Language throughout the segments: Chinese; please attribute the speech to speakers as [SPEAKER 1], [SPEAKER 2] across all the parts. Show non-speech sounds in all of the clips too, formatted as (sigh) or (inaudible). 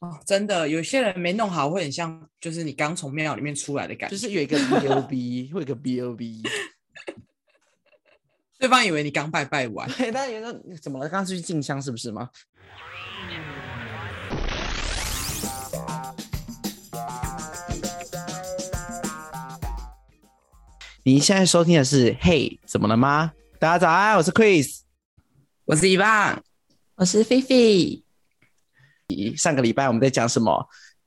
[SPEAKER 1] 哦，真的，有些人没弄好会很像，就是你刚从庙里面出来的感觉，
[SPEAKER 2] 就是有一个 B O B，会有一个 (laughs) B O
[SPEAKER 1] (laughs)
[SPEAKER 2] B。
[SPEAKER 1] 对方以为你刚拜拜完。
[SPEAKER 2] 对，大家觉得怎么了？刚刚是去进香是不是吗？你现在收听的是《嘿，怎么了吗》？大家早安，我是 Chris。
[SPEAKER 1] 我是一棒，
[SPEAKER 3] 我是菲菲。
[SPEAKER 2] 上个礼拜我们在讲什么？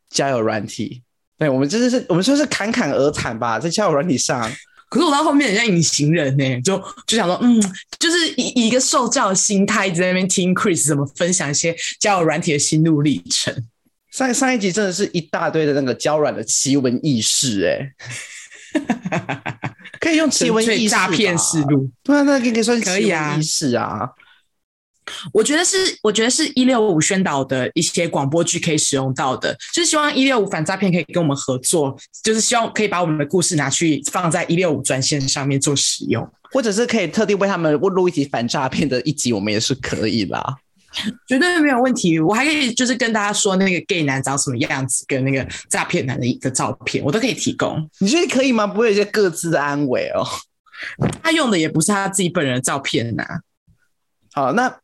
[SPEAKER 2] 交友软体。对，我们真的是我们算是侃侃而谈吧，在交友软体上。
[SPEAKER 1] 可是我到后面很像隐形人呢、就就想说，嗯，就是以以一个受教的心态一直在那边听 Chris 怎么分享一些交友软体的心路历程。
[SPEAKER 2] 上上一集真的是一大堆的那个娇软的奇闻异事、
[SPEAKER 1] (laughs)
[SPEAKER 2] 哎，可以用奇闻
[SPEAKER 1] 纯粹
[SPEAKER 2] 异事吧
[SPEAKER 1] 诈骗思路，
[SPEAKER 2] 对啊，那个应该算是
[SPEAKER 1] 可以
[SPEAKER 2] 奇
[SPEAKER 1] 啊
[SPEAKER 2] 闻异事啊。
[SPEAKER 1] 我觉得是，我觉得是一六五宣导的一些广播剧可以使用到的，就是希望一六五反诈骗可以跟我们合作，就是希望可以把我们的故事拿去放在一六五专线上面做使用。
[SPEAKER 2] 或者是可以特地为他们录一集反诈骗的一集，我们也是可以啦。
[SPEAKER 1] 绝对没有问题。我还可以就是跟大家说那个 gay 男长什么样子，跟那个诈骗男的一个照片，我都可以提供。
[SPEAKER 2] 你觉得可以吗？不会有一些各自的安慰哦。
[SPEAKER 1] 他用的也不是他自己本人的照片啊呐、
[SPEAKER 2] 好，那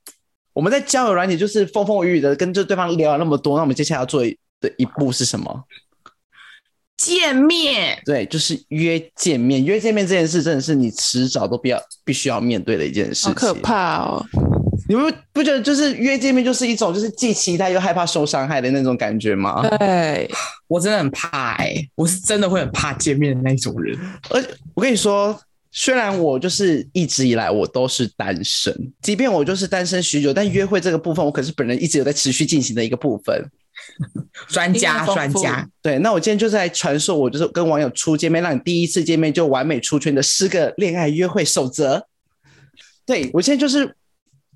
[SPEAKER 2] 我们在交友软体就是风风雨雨的跟这对方聊了那么多，那我们接下来要做的一步是什么？
[SPEAKER 1] 见面
[SPEAKER 2] 对，就是约见面。约见面这件事真的是你迟早都必要必须要面对的一件事情。
[SPEAKER 3] 好可！怕哦！
[SPEAKER 2] 你们不觉得就是约见面就是一种就是既期待又害怕受伤害的那种感觉吗？
[SPEAKER 3] 对，
[SPEAKER 1] 我真的很怕哎、我是真的会很怕见面的那种人。
[SPEAKER 2] 而且我跟你说，虽然我就是一直以来我都是单身，即便我就是单身许久，但约会这个部分，我可是本人一直有在持续进行的一个部分。
[SPEAKER 1] 专
[SPEAKER 3] 经
[SPEAKER 1] 家
[SPEAKER 3] 验丰
[SPEAKER 1] 专
[SPEAKER 3] 富
[SPEAKER 1] 家，
[SPEAKER 2] 对，那我今天就是来传授我就是跟网友初见面，让你第一次见面就完美出圈的十个恋爱约会守则。对我现在就是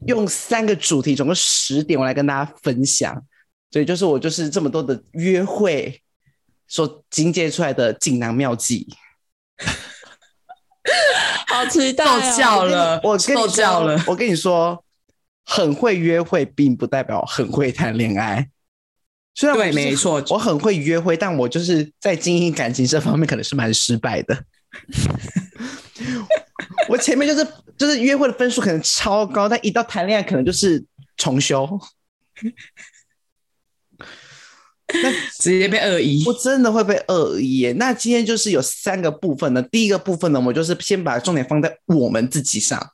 [SPEAKER 2] 用三个主题，总共十点，我来跟大家分享。所以就是我就是这么多的约会所精简出来的锦囊妙计。
[SPEAKER 3] 好期待、哦
[SPEAKER 1] 受教了，
[SPEAKER 2] (laughs) 我跟你
[SPEAKER 1] 受教了。
[SPEAKER 2] 我跟你说，很会约会并不代表很会谈恋爱。虽然我
[SPEAKER 1] 对
[SPEAKER 2] 就是
[SPEAKER 1] 没错
[SPEAKER 2] 我很会约会，但我就是在经营感情这方面可能是蛮失败的。 (laughs) 我前面就是就是约会的分数可能超高，但一到谈恋爱可能就是重修。
[SPEAKER 1] 直接被恶意
[SPEAKER 2] 我。真的会被恶意耶。那今天就是有三个部分呢，第一个部分呢，我们就是先把重点放在我们自己上。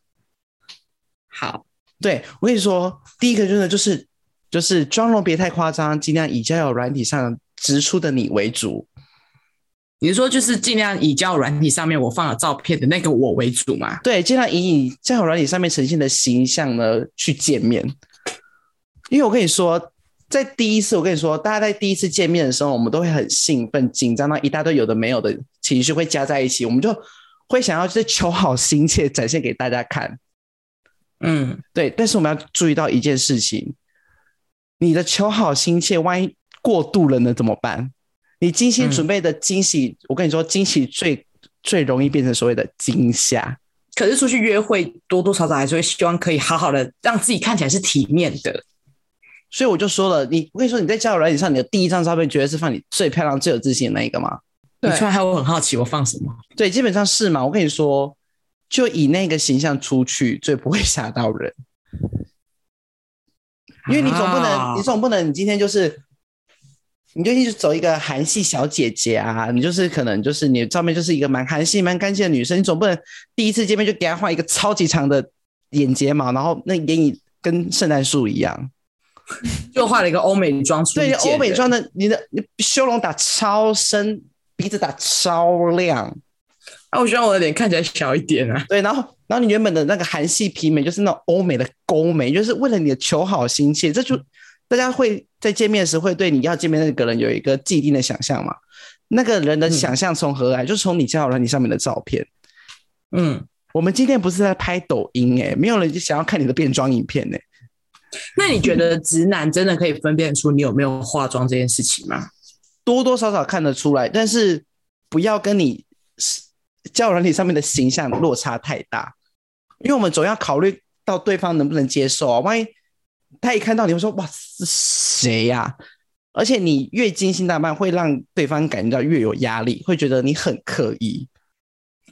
[SPEAKER 1] 好，
[SPEAKER 2] 对我跟你说，第一个真的就是就是妆容别太夸张，尽量以交友软体上直出的你为主。
[SPEAKER 1] 你说就是尽量以交友软体上面我放了照片的那个我为主嘛？
[SPEAKER 2] 对，尽量以你交友软体上面呈现的形象呢去见面。因为我跟你说，在第一次，我跟你说，大家在第一次见面的时候，我们都会很兴奋、紧张到一大堆有的没有的情绪会加在一起，我们就会想要就是求好心切展现给大家看。
[SPEAKER 1] 嗯，
[SPEAKER 2] 对，但是我们要注意到一件事情，你的求好心切，万一过度了呢，怎么办？你精心准备的惊喜，我跟你说，惊喜最最容易变成所谓的惊吓。
[SPEAKER 1] 可是出去约会多多少少还是会希望可以好好的让自己看起来是体面的。
[SPEAKER 2] 所以我就说了，你我跟你说，你在交友软件上，你的第一张照片绝对是放你最漂亮、最有自信的那一个嘛。
[SPEAKER 1] 你
[SPEAKER 3] 对
[SPEAKER 1] 突然还我很好奇，我放什么？
[SPEAKER 2] 对，基本上是嘛。我跟你说，就以那个形象出去，最不会吓到人。因为你总不能，
[SPEAKER 1] 啊
[SPEAKER 2] 你总不能，你今天就是，你就一直走一个韩系小姐姐啊，你就是可能就是你照片就是一个蛮韩系、蛮干净的女生，你总不能第一次见面就给她画一个超级长的眼睫毛，然后那眼影跟圣诞树一样。
[SPEAKER 1] 就画了一个欧美妆出
[SPEAKER 2] 对，
[SPEAKER 1] 去
[SPEAKER 2] 你
[SPEAKER 1] 见人
[SPEAKER 2] 欧美妆的，你的你修容打超深，鼻子打超亮，
[SPEAKER 1] 啊，我希望我的脸看起来小一点啊。
[SPEAKER 2] 对，然后然后你原本的那个韩系皮美就是那种欧美的勾眉，就是为了你的求好心切，这就大家会在见面时会对你要见面那个人有一个既定的想象嘛。那个人的想象从何来？就是从你交友软体上面的照片。
[SPEAKER 1] 嗯，
[SPEAKER 2] 我们今天不是在拍抖音诶、没有人想要看你的变装影片诶、欸
[SPEAKER 1] 那你觉得直男真的可以分辨出你有没有化妆这件事情吗？
[SPEAKER 2] 多多少少看得出来，但是不要跟你交友软体上面的形象落差太大，因为我们总要考虑到对方能不能接受啊。万一他一看到你会说“哇，是谁呀、而且你越精心打扮，会让对方感觉到越有压力，会觉得你很刻意。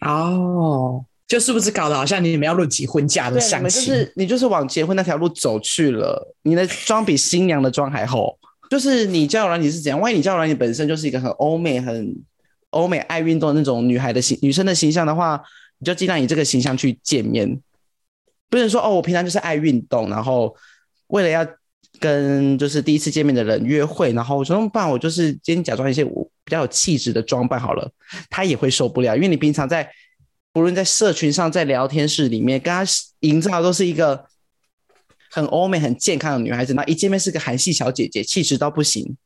[SPEAKER 1] 哦，就是不是搞得好像你们要论及婚嫁的
[SPEAKER 2] 对，你
[SPEAKER 1] 相
[SPEAKER 2] 们就
[SPEAKER 1] 亲？
[SPEAKER 2] 是你就是往结婚那条路走去了。你的妆比新娘的妆还厚，就是你交友软体是怎样？万一你交友软体本身就是一个很欧美、很欧美爱运动的那种女孩的形女生的形象的话，你就尽量以这个形象去见面，不能说哦，我平常就是爱运动，然后为了要跟就是第一次见面的人约会，然后我说那不然我就是今天假装一些我比较有气质的装扮好了，他也会受不了，因为你平常在不论在社群上，在聊天室里面，跟他营造的都是一个很欧美、很健康的女孩子，那一见面是个韩系小姐姐，气质到不行。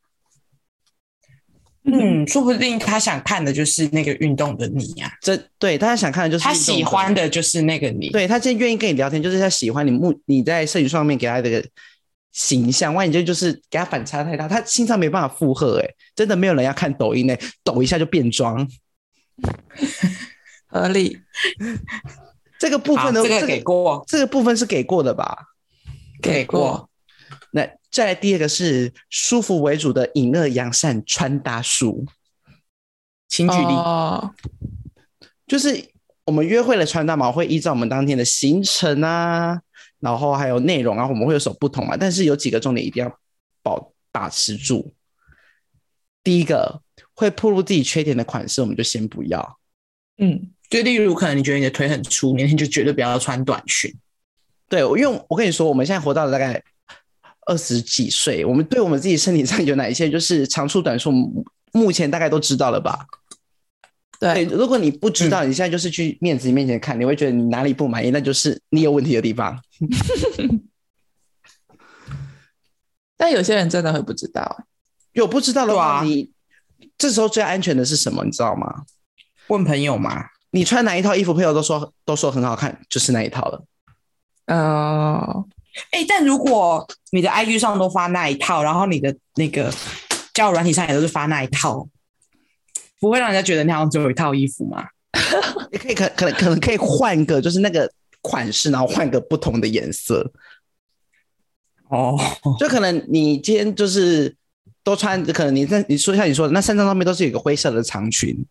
[SPEAKER 1] 嗯，说不定他想看的就是那个运动的你啊呀、
[SPEAKER 2] 这对大家想看的就是
[SPEAKER 1] 他
[SPEAKER 2] 运动
[SPEAKER 1] 喜欢的就是那个你。
[SPEAKER 2] 对他今天愿意跟你聊天，就是他喜欢你目你在社群上面给他的形象，万一这就是给他反差太大，他心脏没办法负荷、欸，哎，真的没有人要看抖音呢、抖一下就变装，
[SPEAKER 3] 合理。
[SPEAKER 2] 这个部
[SPEAKER 1] 好
[SPEAKER 2] 分呢，
[SPEAKER 1] 啊这个给过，
[SPEAKER 2] 这个部分是给过的吧？
[SPEAKER 1] 给过。
[SPEAKER 2] 那再来第二个是舒服为主的隐恶扬善穿搭术，
[SPEAKER 1] 请举例。
[SPEAKER 3] 哦，
[SPEAKER 2] 就是我们约会的穿搭嘛，会依照我们当天的行程啊，然后还有内容啊，我们会有所不同嘛。但是有几个重点一定要保把持住。第一个，会暴露自己缺点的款式，我们就先不要。
[SPEAKER 1] 嗯，就例如可能你觉得你的腿很粗，你那天就绝对不要穿短裙。
[SPEAKER 2] 对，因为我跟你说，我们现在活到了大概二十几岁，我们对我们自己身体上有哪一些就是长处短处，目前大概都知道了吧？
[SPEAKER 1] 哎
[SPEAKER 2] 对，
[SPEAKER 3] 对，
[SPEAKER 2] 如果你不知道，
[SPEAKER 1] 嗯
[SPEAKER 2] 你现在就是去面子面前看，你会觉得你哪里不满意，那就是你有问题的地方。
[SPEAKER 3] 但有些人真的会不知道，
[SPEAKER 2] 有不知道的
[SPEAKER 1] 对
[SPEAKER 2] 话，
[SPEAKER 1] 啊
[SPEAKER 2] 你这时候最安全的是什么？你知道吗？
[SPEAKER 1] 问朋友嘛，
[SPEAKER 2] 你穿哪一套衣服，朋友都说都说很好看，就是那一套了。
[SPEAKER 3] 嗯，
[SPEAKER 1] 哎、但如果你的 IG 上都发那一套，然后你的那个交友软体上也都是发那一套，不会让人家觉得你好像只有一套衣服吗？
[SPEAKER 2] 你可以可可能可能可以换个，就是那个款式，然后换个不同的颜色。
[SPEAKER 1] 哦，
[SPEAKER 2] 就可能你今天就是都穿，可能你在你说像你说的那三张照片都是有一个灰色的长裙，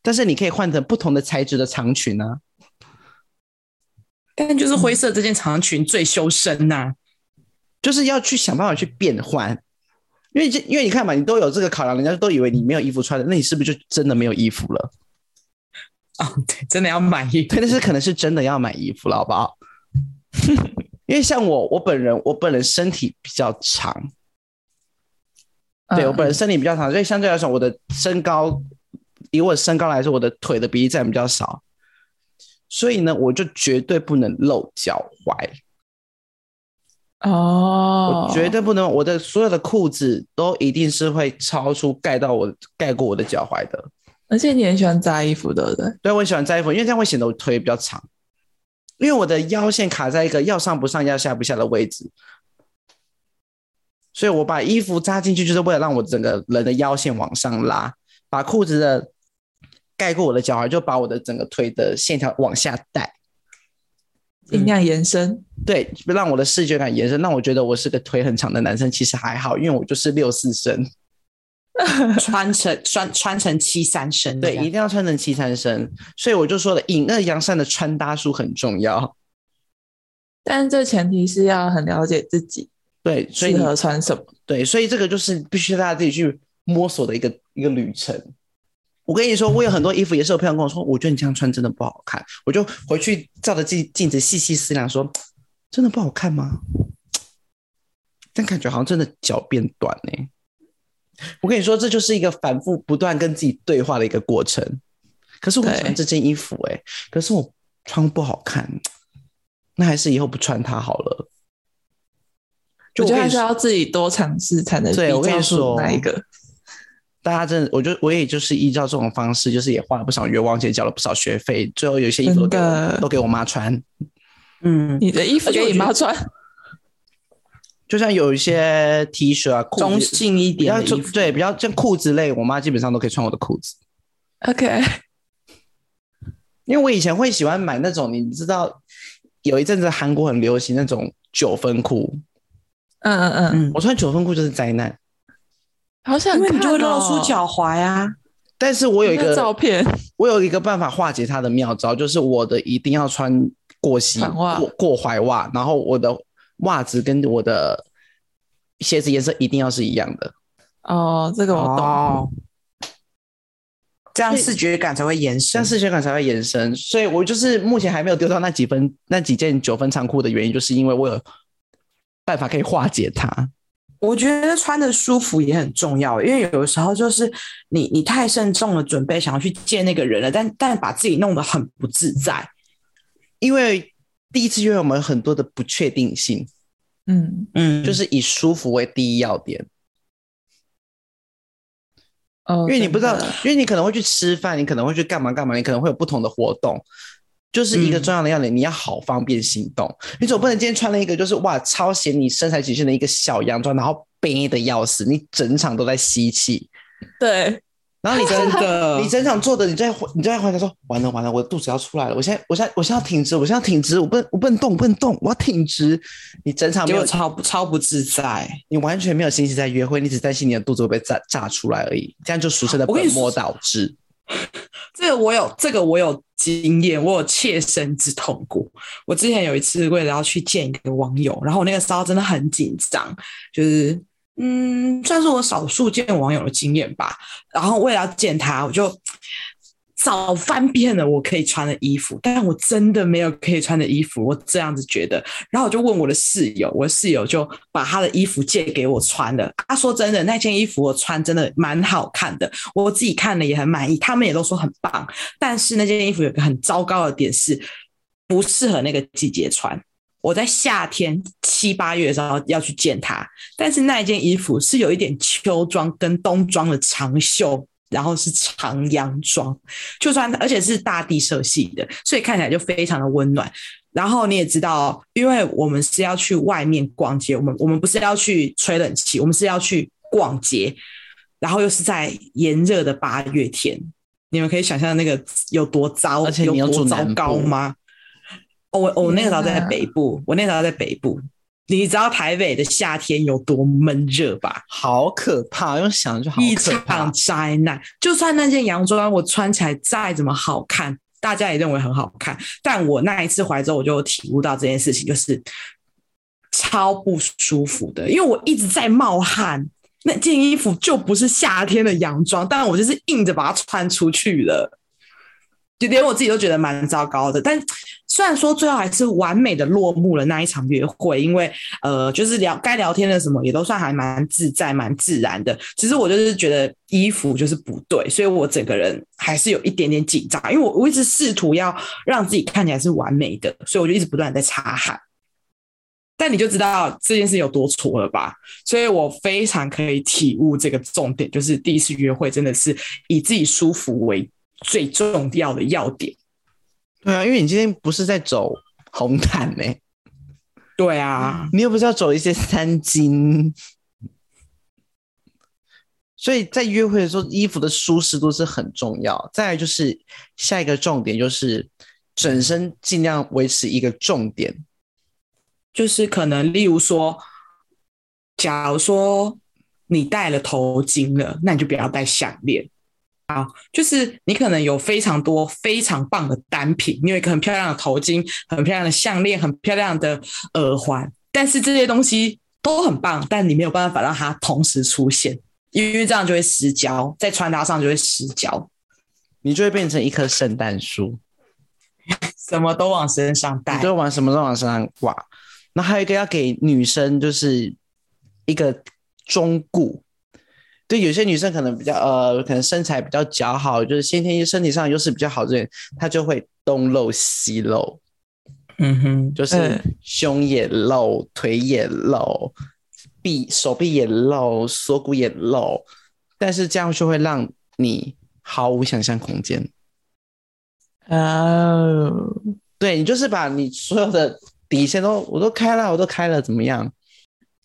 [SPEAKER 2] 但是你可以换成不同的材质的长裙啊。
[SPEAKER 1] 但就是灰色这件长裙最修身呐、
[SPEAKER 2] 就是要去想办法去变换，因为这因为你看嘛，你都有这个考量，人家都以为你没有衣服穿的，那你是不是就真的没有衣服了？
[SPEAKER 1] 哦，对，真的要满意。
[SPEAKER 2] (laughs) 对，但是可能是真的要买衣服了，好不好？ (laughs) 因为像我，我本人，我本人身体比较长，
[SPEAKER 3] 嗯呃
[SPEAKER 2] 对我本人身体比较长，所以相对来说，我的身高以我的身高来说，我的腿的比例占比较少，所以呢，我就绝对不能露脚踝。
[SPEAKER 3] 嗯哦，
[SPEAKER 2] 我绝对不能，我的所有的裤子都一定是会超出盖到我盖过我的脚踝的。
[SPEAKER 3] 而且你很喜欢扎衣服，对不对？
[SPEAKER 2] 对，我喜欢扎衣服，因为这样会显得我腿比较长，因为我的腰线卡在一个要上不上、要下不下的位置，所以我把衣服扎进去就是为了让我整个人的腰线往上拉，把裤子的盖过我的脚踝，就把我的整个腿的线条往下带，
[SPEAKER 3] 尽量延伸，
[SPEAKER 2] 对，让我的视觉感延伸，让我觉得我是个腿很长的男生，其实还好，因为我就是六四身。
[SPEAKER 1] 穿成穿穿成七三
[SPEAKER 3] 嗯
[SPEAKER 1] 身这
[SPEAKER 2] 对，
[SPEAKER 1] 样，
[SPEAKER 2] 一定要穿成七三身，所以我就说了，隐恶扬善的穿搭术很重要。
[SPEAKER 3] 但这前提是要很了解自己
[SPEAKER 2] 对，所以
[SPEAKER 3] 适
[SPEAKER 2] 你
[SPEAKER 3] 合穿什么。
[SPEAKER 2] 对，所以这个就是必须大家自己去摸索的一个一个旅程。我跟你说，我有很多衣服也是有朋友跟我说，我觉得你这样穿真的不好看，我就回去照着镜镜子细细思量说，真的不好看吗？但感觉好像真的脚变短呢、我跟你说，这就是一个反复不断跟自己对话的一个过程。可是我很喜欢
[SPEAKER 3] 对
[SPEAKER 2] 这件衣服哎、可是我穿不好看，那还是以后不穿它好了。就
[SPEAKER 3] 我觉
[SPEAKER 2] 跟你
[SPEAKER 3] 得还是
[SPEAKER 2] 说
[SPEAKER 3] 要自己多尝试才能
[SPEAKER 2] 对我
[SPEAKER 3] 比
[SPEAKER 2] 跟你
[SPEAKER 3] 较出
[SPEAKER 2] 说
[SPEAKER 3] 哪一个。
[SPEAKER 2] 大家真的，我就我也就是依照这种方式，就是也花了不少冤枉钱，交了不少学费，最后有些衣服都给
[SPEAKER 3] 真
[SPEAKER 2] 我
[SPEAKER 3] 的
[SPEAKER 2] 都给我妈穿。
[SPEAKER 1] 嗯，
[SPEAKER 3] 你的衣服
[SPEAKER 1] 而且我
[SPEAKER 3] 给你
[SPEAKER 1] 觉得
[SPEAKER 3] 妈穿，
[SPEAKER 2] 就像有一些 T 恤啊，裤
[SPEAKER 1] 中
[SPEAKER 2] 子
[SPEAKER 1] 性一
[SPEAKER 2] 比
[SPEAKER 1] 点
[SPEAKER 2] 较
[SPEAKER 1] 的衣
[SPEAKER 2] 中
[SPEAKER 1] 服，
[SPEAKER 2] 对比较像裤子类，我妈基本上都可以穿我的裤子。
[SPEAKER 3] OK，嗯
[SPEAKER 2] 因为我以前会喜欢买那种，你知道，有一阵子韩国很流行那种九分裤，
[SPEAKER 3] 嗯嗯嗯，
[SPEAKER 1] 嗯，
[SPEAKER 2] 我穿九分裤就是灾难。
[SPEAKER 3] 好想
[SPEAKER 1] 因
[SPEAKER 3] 看、
[SPEAKER 1] 为
[SPEAKER 3] 哦，
[SPEAKER 1] 你就会露出脚踝啊。
[SPEAKER 2] 但是我有一
[SPEAKER 3] 那
[SPEAKER 2] 个
[SPEAKER 3] 照片，
[SPEAKER 2] (laughs) 我有一个办法化解它的妙招，就是我的一定要穿过膝
[SPEAKER 3] 船袜
[SPEAKER 2] 过过踝袜，然后我的袜子跟我的鞋子颜色一定要是一样的。
[SPEAKER 3] 哦，这个我懂。
[SPEAKER 1] 哦，这样视觉感才会延
[SPEAKER 2] 这
[SPEAKER 1] 伸
[SPEAKER 2] 样。视觉感才会延伸。所以我就是目前还没有丢到那几分那几件九分长裤的原因，就是因为我有办法可以化解它。
[SPEAKER 1] 我觉得穿的舒服也很重要，因为有的时候就是你你太慎重了，准备想要去见那个人了，但但把自己弄得很不自在。
[SPEAKER 2] 因为第一次约会我们有很多的不确定性，
[SPEAKER 3] 嗯，
[SPEAKER 1] 嗯，
[SPEAKER 2] 就是以舒服为第一要点。
[SPEAKER 3] 哦，
[SPEAKER 2] 因为你不知道
[SPEAKER 3] 真的，
[SPEAKER 2] 因为你可能会去吃饭，你可能会去干嘛干嘛，你可能会有不同的活动，就是一个
[SPEAKER 1] 嗯
[SPEAKER 2] 重要的要点，你要好方便行动。你总不能今天穿了一个就是哇超显你身材极限的一个小洋装，然后憋的要死，你整场都在吸气，
[SPEAKER 3] (laughs) 对，
[SPEAKER 2] 然后你真
[SPEAKER 1] (laughs) 的
[SPEAKER 2] 你整场坐着，你就在你就在幻想说完了完了，我的肚子要出来了，我现在我现在我现在要挺直，我现在要挺直，我不能我不能动，我不能动，我要挺直。你整场没
[SPEAKER 1] 结
[SPEAKER 2] 有
[SPEAKER 1] 果，超不超不自在。
[SPEAKER 2] 你完全没有心情在约会，你只担心你的肚子会被炸炸出来而已，这样就俗称的
[SPEAKER 1] 我跟
[SPEAKER 2] 本
[SPEAKER 1] 你
[SPEAKER 2] 末
[SPEAKER 1] 说
[SPEAKER 2] 倒置。
[SPEAKER 1] 这个我有，这个我有经验，我有切身之痛过。我之前有一次为了要去见一个网友，然后我那个时候真的很紧张，就是嗯，算是我少数见网友的经验吧。然后为了要见他，我就找翻遍了我可以穿的衣服，但我真的没有可以穿的衣服，我这样子觉得。然后我就问我的室友，我的室友就把他的衣服借给我穿了。他、说真的，那件衣服我穿真的蛮好看的，我自己看了也很满意，他们也都说很棒。但是那件衣服有个很糟糕的点是，不适合那个季节穿。我在夏天七八月的时候要去见他，但是那一件衣服是有一点秋装跟冬装的长袖，然后是长洋装，就穿，而且是大地色系的，所以看起来就非常的温暖。然后你也知道，因为我们是要去外面逛街，我们我们不是要去吹冷气，我们是要去逛街，然后又是在炎热的八月天，你们可以想象那个有多糟，
[SPEAKER 2] 而且你
[SPEAKER 1] 有
[SPEAKER 2] 又住
[SPEAKER 1] 多糟
[SPEAKER 2] 南部
[SPEAKER 1] 糕吗？哦我我那个时候在
[SPEAKER 3] 天啊
[SPEAKER 1] 北部，我那个时候在北部，你知道台北的夏天有多闷热吧？
[SPEAKER 2] 好可怕，用想就好
[SPEAKER 1] 一
[SPEAKER 2] 可怕
[SPEAKER 1] 场。灾难。就算那件洋装我穿起来再怎么好看，大家也认为很好看，但我那一次怀之后，我就体悟到这件事情，就是超不舒服的，因为我一直在冒汗。那件衣服就不是夏天的洋装，但我就是硬着把它穿出去了，就连我自己都觉得蛮糟糕的。但虽然说最后还是完美的落幕了那一场约会，因为呃，就是聊该聊天的什么也都算还蛮自在、蛮自然的。只是我就是觉得衣服就是不对，所以我整个人还是有一点点紧张，因为我我一直试图要让自己看起来是完美的，所以我就一直不断的在擦汗。但你就知道这件事有多挫了吧？所以我非常可以体悟这个重点，就是第一次约会真的是以自己舒服为最重要的要点。
[SPEAKER 2] 对啊，因为你今天不是在走红毯呢、
[SPEAKER 1] 对啊，
[SPEAKER 2] 你又不是要走一些三金，所以在约会的时候，衣服的舒适度是很重要。再来就是下一个重点，就是整身尽量维持一个重点。
[SPEAKER 1] 就是可能，例如说，假如说你戴了头巾了，那你就不要戴项链啊。就是你可能有非常多非常棒的单品，你有一个很漂亮的头巾、很漂亮的项链、很漂亮的耳环，但是这些东西都很棒，但你没有办法让它同时出现，因为这样就会失焦，在穿搭上就会失焦，
[SPEAKER 2] 你就会变成一棵圣诞树，
[SPEAKER 1] 什么都往身上
[SPEAKER 2] 你
[SPEAKER 1] 带。
[SPEAKER 2] 就往什么都往身上挂。那还有一个要给女生，就是一个忠固。对，有些女生可能比较呃，可能身材比较姣好，就是先天身体上优势比较好，这人她就会东露西露，
[SPEAKER 1] 嗯哼，
[SPEAKER 2] 就是
[SPEAKER 3] 嗯
[SPEAKER 2] 胸也露，腿也露，臂手臂也露，锁骨也露，但是这样就会让你毫无想象空间。
[SPEAKER 3] 哦，
[SPEAKER 2] 对你就是把你所有的底线都我都开了，我都开了，怎么样？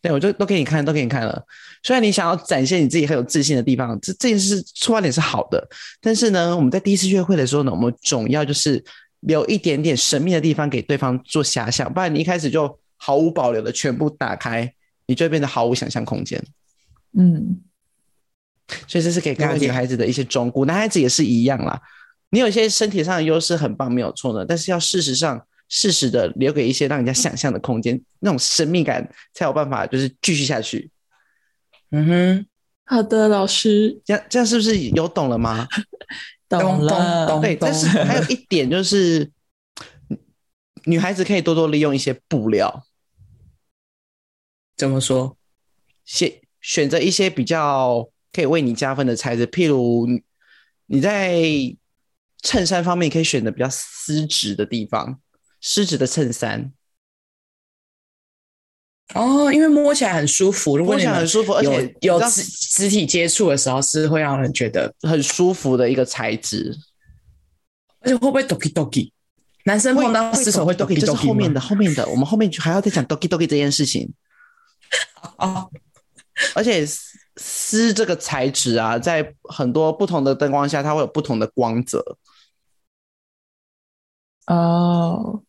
[SPEAKER 2] 对我就都给你看，都给你看了。虽然你想要展现你自己很有自信的地方，这这件事出发点是好的，但是呢，我们在第一次约会的时候呢，我们总要就是留一点点神秘的地方给对方做遐想，不然你一开始就毫无保留的全部打开，你就会变得毫无想象空间。
[SPEAKER 3] 嗯，
[SPEAKER 2] 所以这是给各位女孩子的一些忠告，男孩子也是一样啦。你有一些身体上的优势很棒，没有错的，但是要事实上适时的留给一些让人家想象的空间，那种神秘感才有办法就是继续下去。
[SPEAKER 1] 嗯哼，
[SPEAKER 3] 好的，老师
[SPEAKER 2] 这样这样是不是有懂了吗？
[SPEAKER 3] 懂
[SPEAKER 1] 懂
[SPEAKER 3] 了，
[SPEAKER 1] 懂懂
[SPEAKER 2] 对，但是还有一点就是，女孩子可以多多利用一些布料，
[SPEAKER 1] 怎么说？
[SPEAKER 2] 选选择一些比较可以为你加分的材质，譬如你你在衬衫方面可以选择比较丝质的地方，丝质的衬衫，
[SPEAKER 1] 哦，因为摸起来很舒服，如果
[SPEAKER 2] 摸
[SPEAKER 1] 你
[SPEAKER 2] 起来很
[SPEAKER 1] 们
[SPEAKER 2] 舒服，而且
[SPEAKER 1] 有有
[SPEAKER 2] 你知道
[SPEAKER 1] 肢肢体接触的时候，是会让人觉得，
[SPEAKER 2] 很舒服的一个材质。
[SPEAKER 1] 而且会不会 doki doki？男生碰到
[SPEAKER 2] 会
[SPEAKER 1] 湿手会
[SPEAKER 2] doki
[SPEAKER 1] doki
[SPEAKER 2] doki，这是
[SPEAKER 1] doki
[SPEAKER 2] 后面
[SPEAKER 1] 吗
[SPEAKER 2] 的，后面的，我们后面还要再讲 doki doki 这件事情。
[SPEAKER 1] 哦，
[SPEAKER 2] 而且丝丝这个材质啊，在很多不同的灯光下，它会有不同的光泽，
[SPEAKER 3] 哦，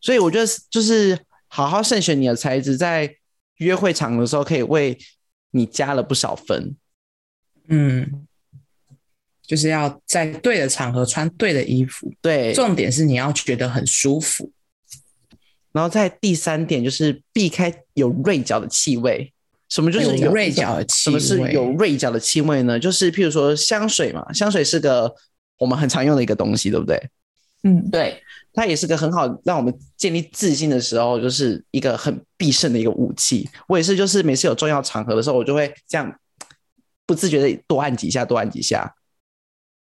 [SPEAKER 2] 所以我觉得就是好好慎选你的材质，在约会场的时候可以为你加了不少分。
[SPEAKER 1] 嗯，就是要在对的场合穿对的衣服，
[SPEAKER 2] 对，
[SPEAKER 1] 重点是你要觉得很舒服。
[SPEAKER 2] 然后在第三点就是避开有锐角的气味。什么就是
[SPEAKER 1] 有锐角的气
[SPEAKER 2] 什么是
[SPEAKER 1] 味
[SPEAKER 2] 有锐角的气味呢？就是譬如说香水嘛，香水是个我们很常用的一个东西，对不对？
[SPEAKER 3] 嗯，对，
[SPEAKER 2] 它也是个很好让我们建立自信的时候，就是一个很必胜的一个武器。我也是，就是每次有重要场合的时候，我就会这样不自觉的多按几下，多按几下。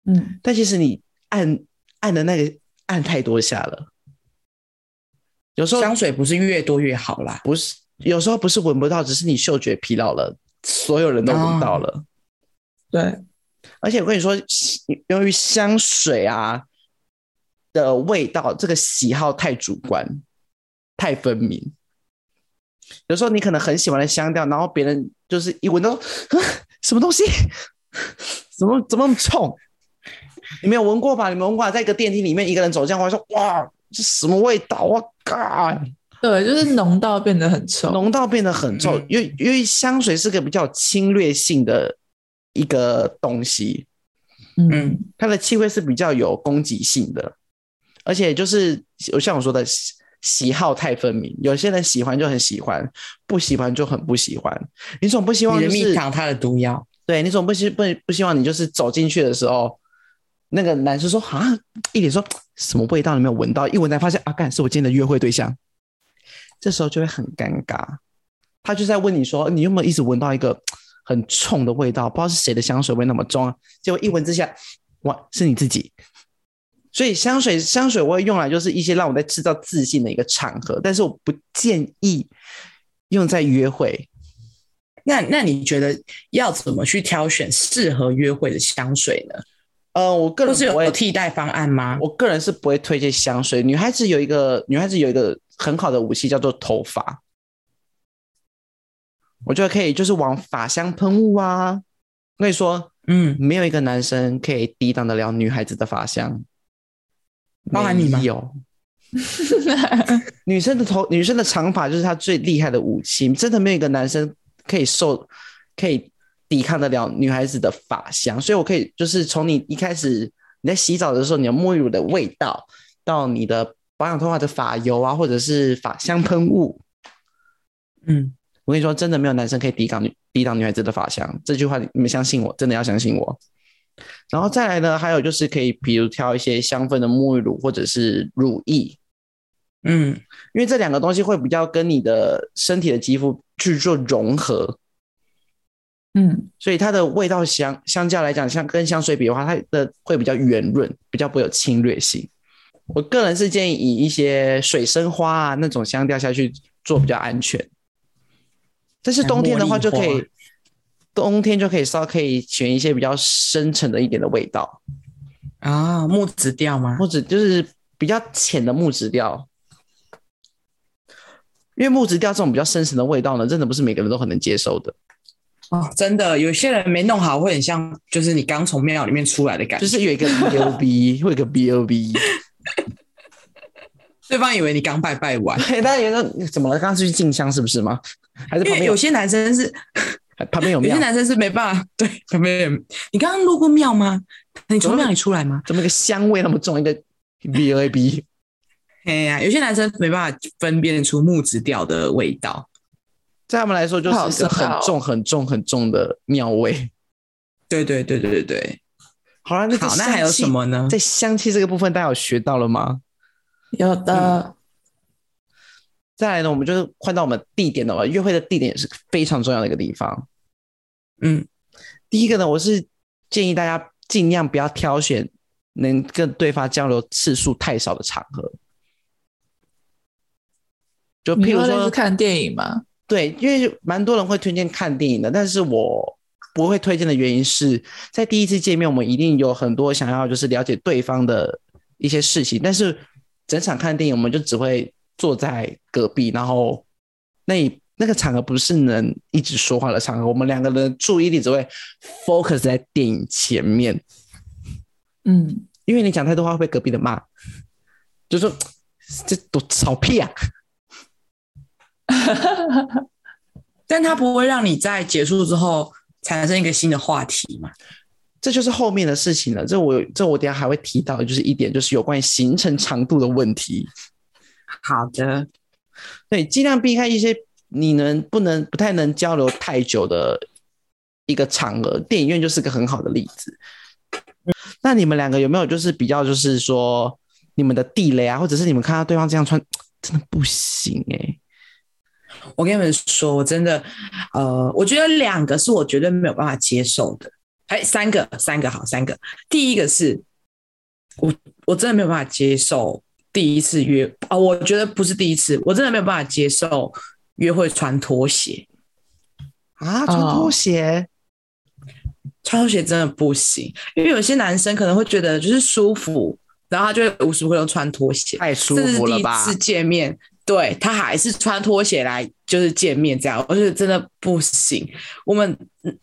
[SPEAKER 3] 嗯，
[SPEAKER 2] 但其实你按按的那个按太多下了，有时候
[SPEAKER 1] 香水不是越多越好啦，
[SPEAKER 2] 不是，有时候不是闻不到，只是你嗅觉疲劳了，所有人都闻到了。
[SPEAKER 3] 对，
[SPEAKER 2] 而且我跟你说，由于香水啊的味道，这个喜好太主观、太分明。有时候你可能很喜欢的香调，然后别人就是一闻到，啊什么东西，怎么怎么那么冲？你没有闻过吧？你没闻过吧？在一个电梯里面，一个人走进来，我说哇，这什么味道？我靠！
[SPEAKER 3] 对，就是浓到变得很 (laughs) 臭，
[SPEAKER 2] 浓到变得很臭
[SPEAKER 1] 嗯，
[SPEAKER 2] 因为因为香水是个比较侵略性的一个东西，
[SPEAKER 3] 嗯
[SPEAKER 1] 嗯
[SPEAKER 2] 它的气味是比较有攻击性的，而且就是我像我说的喜喜好太分明，有些人喜欢就很喜欢，不喜欢就很不喜欢。你总不希望
[SPEAKER 1] 你
[SPEAKER 2] 就
[SPEAKER 1] 的蜜
[SPEAKER 2] 是
[SPEAKER 1] 糖，它的毒药。
[SPEAKER 2] 对你总不希不不希望你就是走进去的时候，那个男生说啊，一脸说什么味道你没有闻到，一闻才发现啊，干是我今天的约会对象，这时候就会很尴尬。他就在问你说你有没有一直闻到一个很冲的味道，不知道是谁的香水味那么重、啊，结果一闻之下，哇，是你自己。所以香水香水味用来就是一些让我在制造自信的一个场合，但是我不建议用在约会。
[SPEAKER 1] 那那你觉得要怎么去挑选适合约会的香水呢？
[SPEAKER 2] 呃，我个
[SPEAKER 1] 或
[SPEAKER 2] 人
[SPEAKER 1] 是
[SPEAKER 2] 不会
[SPEAKER 1] 有替代方案吗？
[SPEAKER 2] 我个人是不会推荐香水。女孩子有一个，女孩子有一个很好的武器叫做头发，我觉得可以就是往发香喷雾啊。我跟你说，
[SPEAKER 1] 嗯，
[SPEAKER 2] 没有一个男生可以抵挡得了女孩子的发香，
[SPEAKER 1] 包含你吗
[SPEAKER 2] 没有，女生的头，女生的长发就是她最厉害的武器，真的没有一个男生可以受，可以抵抗得了女孩子的发香。所以我可以就是从你一开始你在洗澡的时候，你的沐浴乳的味道，到你的保养头发的发油啊，或者是发香喷雾，
[SPEAKER 1] 嗯，
[SPEAKER 2] 我跟你说，真的没有男生可以抵挡女抵挡女孩子的发香。这句话你们相信我，真的要相信我。然后再来呢，还有就是可以，比如挑一些香氛的沐浴乳或者是乳液，
[SPEAKER 1] 嗯
[SPEAKER 2] 因为这两个东西会比较跟你的身体的肌肤去做融合，
[SPEAKER 3] 嗯，
[SPEAKER 2] 所以它的味道相相较来讲，像跟香水比的话，它的会比较圆润，比较不会有侵略性。我个人是建议以一些水生花啊那种香调下去做比较安全。但是冬天的话就可
[SPEAKER 1] 哎茉莉
[SPEAKER 2] 以
[SPEAKER 1] 花，
[SPEAKER 2] 冬天就可以稍可以选一些比较深沉的一点的味道，
[SPEAKER 1] 啊，木质调吗？
[SPEAKER 2] 或者就是比较浅的木质调。因为木质调这种比较深沉的味道呢，真的不是每个人都很能接受的。
[SPEAKER 1] 哦，真的，有些人没弄好会很像，就是你刚从庙里面出来的感觉，
[SPEAKER 2] 就
[SPEAKER 1] 就是
[SPEAKER 2] 是有
[SPEAKER 1] (laughs)
[SPEAKER 2] 一个 B O B，会有一个 B O B。
[SPEAKER 1] 对方以为你刚拜拜完。
[SPEAKER 2] 对，大家觉得怎么了？刚刚是去进香是不是吗？还是
[SPEAKER 1] 因
[SPEAKER 2] 旁
[SPEAKER 1] 为
[SPEAKER 2] 边
[SPEAKER 1] 有
[SPEAKER 2] 有
[SPEAKER 1] 些男生是，
[SPEAKER 2] 旁边有
[SPEAKER 1] 有
[SPEAKER 2] 庙
[SPEAKER 1] 些，男生是没办法，对，旁边有你刚刚路过庙吗？你从庙里出来吗？
[SPEAKER 2] 怎么个香味那么重？一个 B A B，
[SPEAKER 1] 哎呀、有些男生没办法分辨出木质调的味道。
[SPEAKER 2] 在他们来说就是一个
[SPEAKER 3] 好深
[SPEAKER 2] 很
[SPEAKER 3] 奥
[SPEAKER 2] 重、很重、很重的庙味。
[SPEAKER 1] 对对对对对对。
[SPEAKER 2] 好了，那在
[SPEAKER 1] 好，那还有
[SPEAKER 2] 香气
[SPEAKER 1] 什？么呢？
[SPEAKER 2] 在香气这个部分，大家有学到了吗？
[SPEAKER 3] 有的，
[SPEAKER 2] 再来呢，我们就是换到我们地点的话，约会的地点也是非常重要的一个地方。
[SPEAKER 1] 嗯，
[SPEAKER 2] 第一个呢，我是建议大家尽量不要挑选能跟对方交流次数太少的场合。就嗯
[SPEAKER 3] 你
[SPEAKER 2] 譬如
[SPEAKER 3] 说那
[SPEAKER 2] 说
[SPEAKER 3] 是，看电影吗？
[SPEAKER 2] 对，因为蛮多人会推荐看电影的，但是我不会推荐的原因是在第一次见面，我们一定有很多想要就是了解对方的一些事情，但是整场看电影，我们就只会坐在隔壁，然后那一那个场合不是能一直说话的场合，我们两个人注意力只会 focus 在电影前面，
[SPEAKER 3] 嗯，
[SPEAKER 2] 因为你讲太多话会被隔壁的骂，就说这多吵屁啊！
[SPEAKER 1] 但它不会让你在结束之后产生一个新的话题嘛？
[SPEAKER 2] 这就是后面的事情了。这我这我等一下还会提到，就是一点就是有关于行程长度的问题。
[SPEAKER 1] 好的，
[SPEAKER 2] 对，尽量避开一些你能不能不太能交流太久的一个场合，电影院就是个很好的例子。那你们两个有没有就是比较就是说你们的地雷啊，或者是你们看到对方这样穿，真的不行哎、
[SPEAKER 1] 我跟你们说，我真的，呃，我觉得两个是我绝对没有办法接受的。哎，三个，三个好，三个。第一个是，我我真的没有办法接受第一次约啊、我觉得不是第一次，我真的没有办法接受约会穿拖鞋，
[SPEAKER 2] 啊，穿拖鞋、
[SPEAKER 1] 穿拖鞋真的不行，因为有些男生可能会觉得就是舒服，然后他就会无时无刻都穿拖鞋，
[SPEAKER 2] 太舒
[SPEAKER 1] 这是
[SPEAKER 2] 服
[SPEAKER 1] 第
[SPEAKER 2] 了
[SPEAKER 1] 一
[SPEAKER 2] 吧
[SPEAKER 1] 次？见面，对他还是穿拖鞋来就是见面这样，我觉得真的不行。我们嗯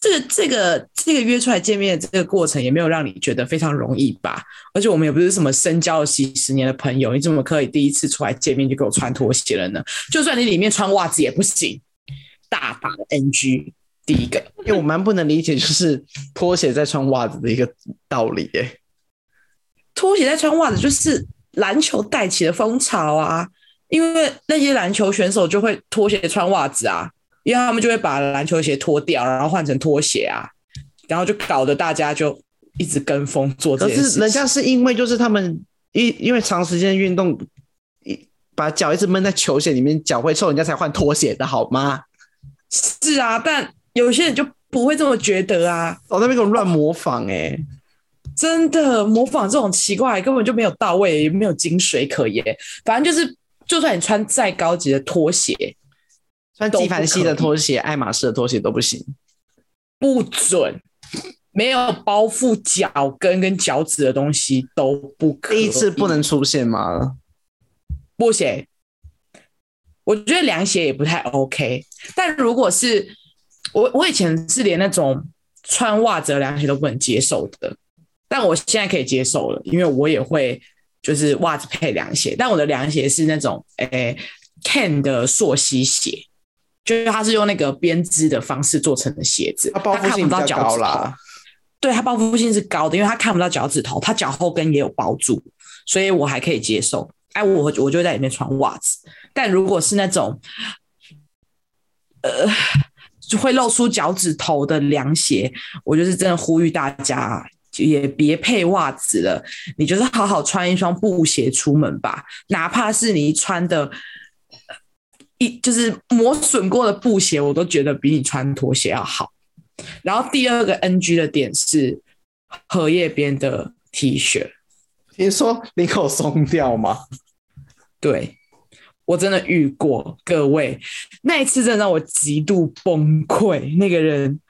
[SPEAKER 1] 这个这个这个约出来见面的这个过程也没有让你觉得非常容易吧？而且我们也不是什么深交了几十年的朋友，你怎么可以第一次出来见面就给我穿拖鞋了呢？就算你里面穿袜子也不行，大大的 NG。第一个，
[SPEAKER 2] 因为我蛮不能理解就是拖鞋在穿袜子的一个道理哎、
[SPEAKER 1] 拖鞋再穿袜子就是篮球带起的风潮啊，因为那些篮球选手就会拖鞋穿袜子啊，因为他们就会把篮球鞋脱掉，然后换成拖鞋啊，然后就搞得大家就一直跟风做这
[SPEAKER 2] 可
[SPEAKER 1] 件事
[SPEAKER 2] 是
[SPEAKER 1] 情。
[SPEAKER 2] 人家是因为就是他们因因为长时间运动，一把脚一直闷在球鞋里面，脚会臭，人家才换拖鞋的好吗？
[SPEAKER 1] 是啊，但有些人就不会这么觉得啊，
[SPEAKER 2] 我、哦、那边给我乱模仿哎、
[SPEAKER 1] 真的模仿这种奇怪根本就没有到位，也没有精髓可言。反正就是，就算你穿再高级的拖鞋，
[SPEAKER 2] 穿
[SPEAKER 1] 都不
[SPEAKER 2] 纪梵希
[SPEAKER 1] 可
[SPEAKER 2] 的
[SPEAKER 1] 以
[SPEAKER 2] 拖鞋、爱马仕的拖鞋都不行。
[SPEAKER 1] 不准，没有包覆脚跟跟脚趾的东西都不可以。
[SPEAKER 2] 第一次不能出现吗？
[SPEAKER 1] 不行，我觉得凉鞋也不太 OK。但如果是我，我以前是连那种穿袜子的凉鞋都不能接受的，但我现在可以接受了，因为我也会就是袜子配凉鞋，但我的凉鞋是那种诶、Ken 的溯溪鞋。就是它是用那个编织的方式做成的鞋子，
[SPEAKER 2] 它包覆
[SPEAKER 1] 看
[SPEAKER 2] 性
[SPEAKER 1] 不到
[SPEAKER 2] 比
[SPEAKER 1] 脚
[SPEAKER 2] 较高
[SPEAKER 1] 趾头
[SPEAKER 2] 啦。
[SPEAKER 1] 对，它包覆性是高的，因为它看不到脚趾头，它脚后跟也有包住，所以我还可以接受。哎，我我就会在里面穿袜子，但如果是那种，呃，就会露出脚趾头的凉鞋，我就是真的呼吁大家。就也别配袜子了，你就是好好穿一双布鞋出门吧，哪怕是你穿的，呃一就是磨损过的布鞋，我都觉得比你穿拖鞋要好。然后第二个 NG 的点是荷叶边的 T 恤，
[SPEAKER 2] 你说领口松掉吗？
[SPEAKER 1] 对我真的遇过，各位那一次真的让我极度崩溃。那个人，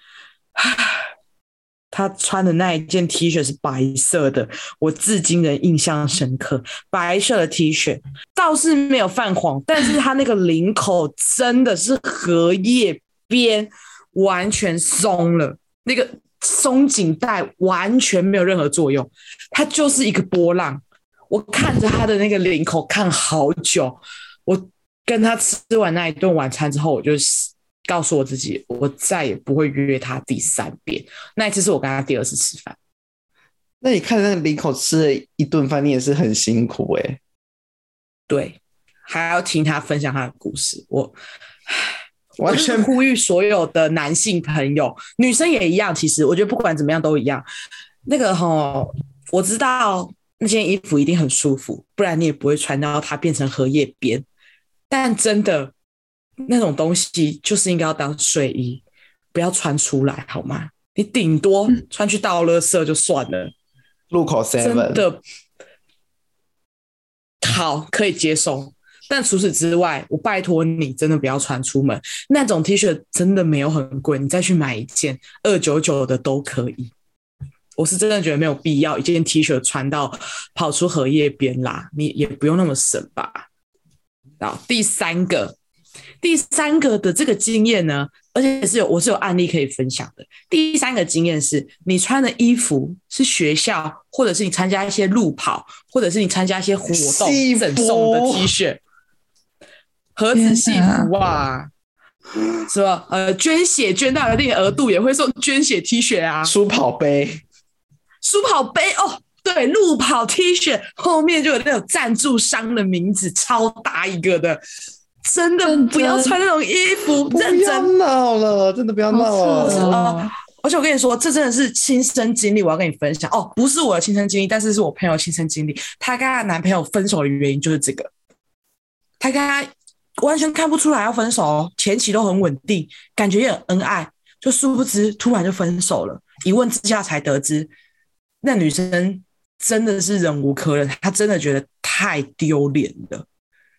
[SPEAKER 1] 他穿的那一件 T 恤是白色的，我至今仍印象深刻。白色的 T 恤倒是没有泛黄，但是他那个领口真的是荷叶边完全松了，那个松紧带完全没有任何作用，它就是一个波浪。我看着他的那个领口看好久，我跟他吃完那一顿晚餐之后，我就告诉我自己，我再也不会约他第三遍。那一次是我跟他第二次吃饭，
[SPEAKER 2] 那你看那个林口吃了一顿饭，你也是很辛苦哎、
[SPEAKER 1] 对，还要听他分享他的故事。我我
[SPEAKER 2] 完
[SPEAKER 1] 就是
[SPEAKER 2] 全
[SPEAKER 1] 呼吁所有的男性朋友，女生也一样。其实我觉得不管怎么样都一样。那个吼，我知道那件衣服一定很舒服，不然你也不会穿到它变成荷叶边。但真的那种东西就是应该要当睡衣，不要穿出来好吗？你顶多穿去倒垃圾就算了，
[SPEAKER 2] 路口
[SPEAKER 1] 真
[SPEAKER 2] seven，
[SPEAKER 1] 的好可以接受。但除此之外，我拜托你真的不要穿出门。那种 T 恤真的没有很贵，你再去买一件二九九的都可以。我是真的觉得没有必要一件 T 恤穿到跑出荷叶边啦，你也不用那么省吧。好，第三个，第三个的这个经验呢，而且是有我是有案例可以分享的。第三个经验是你穿的衣服是学校，或者是你参加一些路跑，或者是你参加一些活
[SPEAKER 2] 戏
[SPEAKER 1] 动
[SPEAKER 2] 服
[SPEAKER 1] 赠送的 T 恤，何止戏服啊？是吧？呃，捐血捐到一定的额度也会送捐血 T 恤啊，
[SPEAKER 2] 书跑杯，
[SPEAKER 1] 书跑杯哦，对，路跑 T 恤后面就有那种赞助商的名字，超大一个的，真的
[SPEAKER 3] 认真
[SPEAKER 1] 不要穿那种衣服，
[SPEAKER 2] 不
[SPEAKER 1] 认
[SPEAKER 2] 要
[SPEAKER 1] 真。
[SPEAKER 2] 闹了，真的不要闹
[SPEAKER 3] 好扯
[SPEAKER 2] 了。
[SPEAKER 3] 哦，
[SPEAKER 1] 而且我跟你说，这真的是亲身经历，我要跟你分享哦，不是我的亲身经历，但是是我朋友亲身经历。她跟她男朋友分手的原因就是这个，她跟她完全看不出来要分手哦，前期都很稳定，感觉也很恩爱，就殊不知突然就分手了。一问之下才得知，那女生真的是忍无可忍，她真的觉得太丢脸了。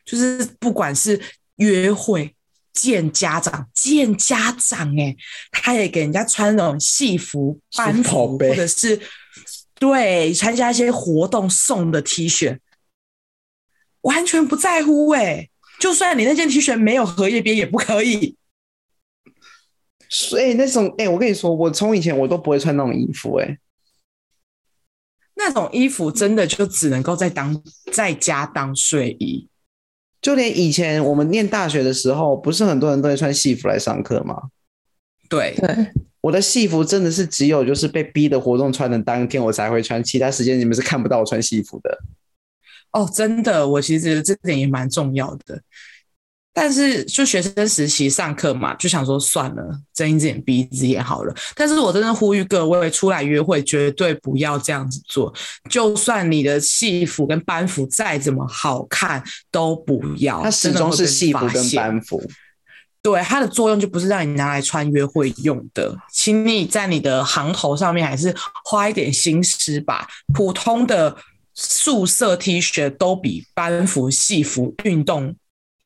[SPEAKER 1] 就是不管是约会、见家长、见家长、欸，她也给人家穿那种戏服、班
[SPEAKER 2] 是宝
[SPEAKER 1] 服，
[SPEAKER 2] 贝
[SPEAKER 1] 或者是对参加一些活动送的 T 恤，完全不在乎哎、欸就算你那件 T 恤没有荷叶边也不可以，
[SPEAKER 2] 所以那种，哎、我跟你说，我从以前我都不会穿那种衣服、哎，
[SPEAKER 1] 那种衣服真的就只能够在当在家当睡衣。
[SPEAKER 2] 就连以前我们念大学的时候，不是很多人都会穿戏服来上课吗？
[SPEAKER 1] 对，
[SPEAKER 3] 对，
[SPEAKER 2] 我的戏服真的是只有就是被逼的活动穿的当天我才会穿，其他时间你们是看不到我穿戏服的。
[SPEAKER 1] 哦，真的，我其实觉得这点也蛮重要的。但是就学生实习上课嘛，就想说算了，睁一只眼闭一只眼好了。但是我真的呼吁各位，出来约会绝对不要这样子做。就算你的戏服跟班服再怎么好看，都不要。
[SPEAKER 2] 嗯它始终是戏服
[SPEAKER 1] 哦真的会
[SPEAKER 2] 跟
[SPEAKER 1] 被发现
[SPEAKER 2] 班服，
[SPEAKER 1] 对，它的作用就不是让你拿来穿约会用的，请你在你的行头上面还是花一点心思吧。普通的素色 T 恤都比班服、戏服、运动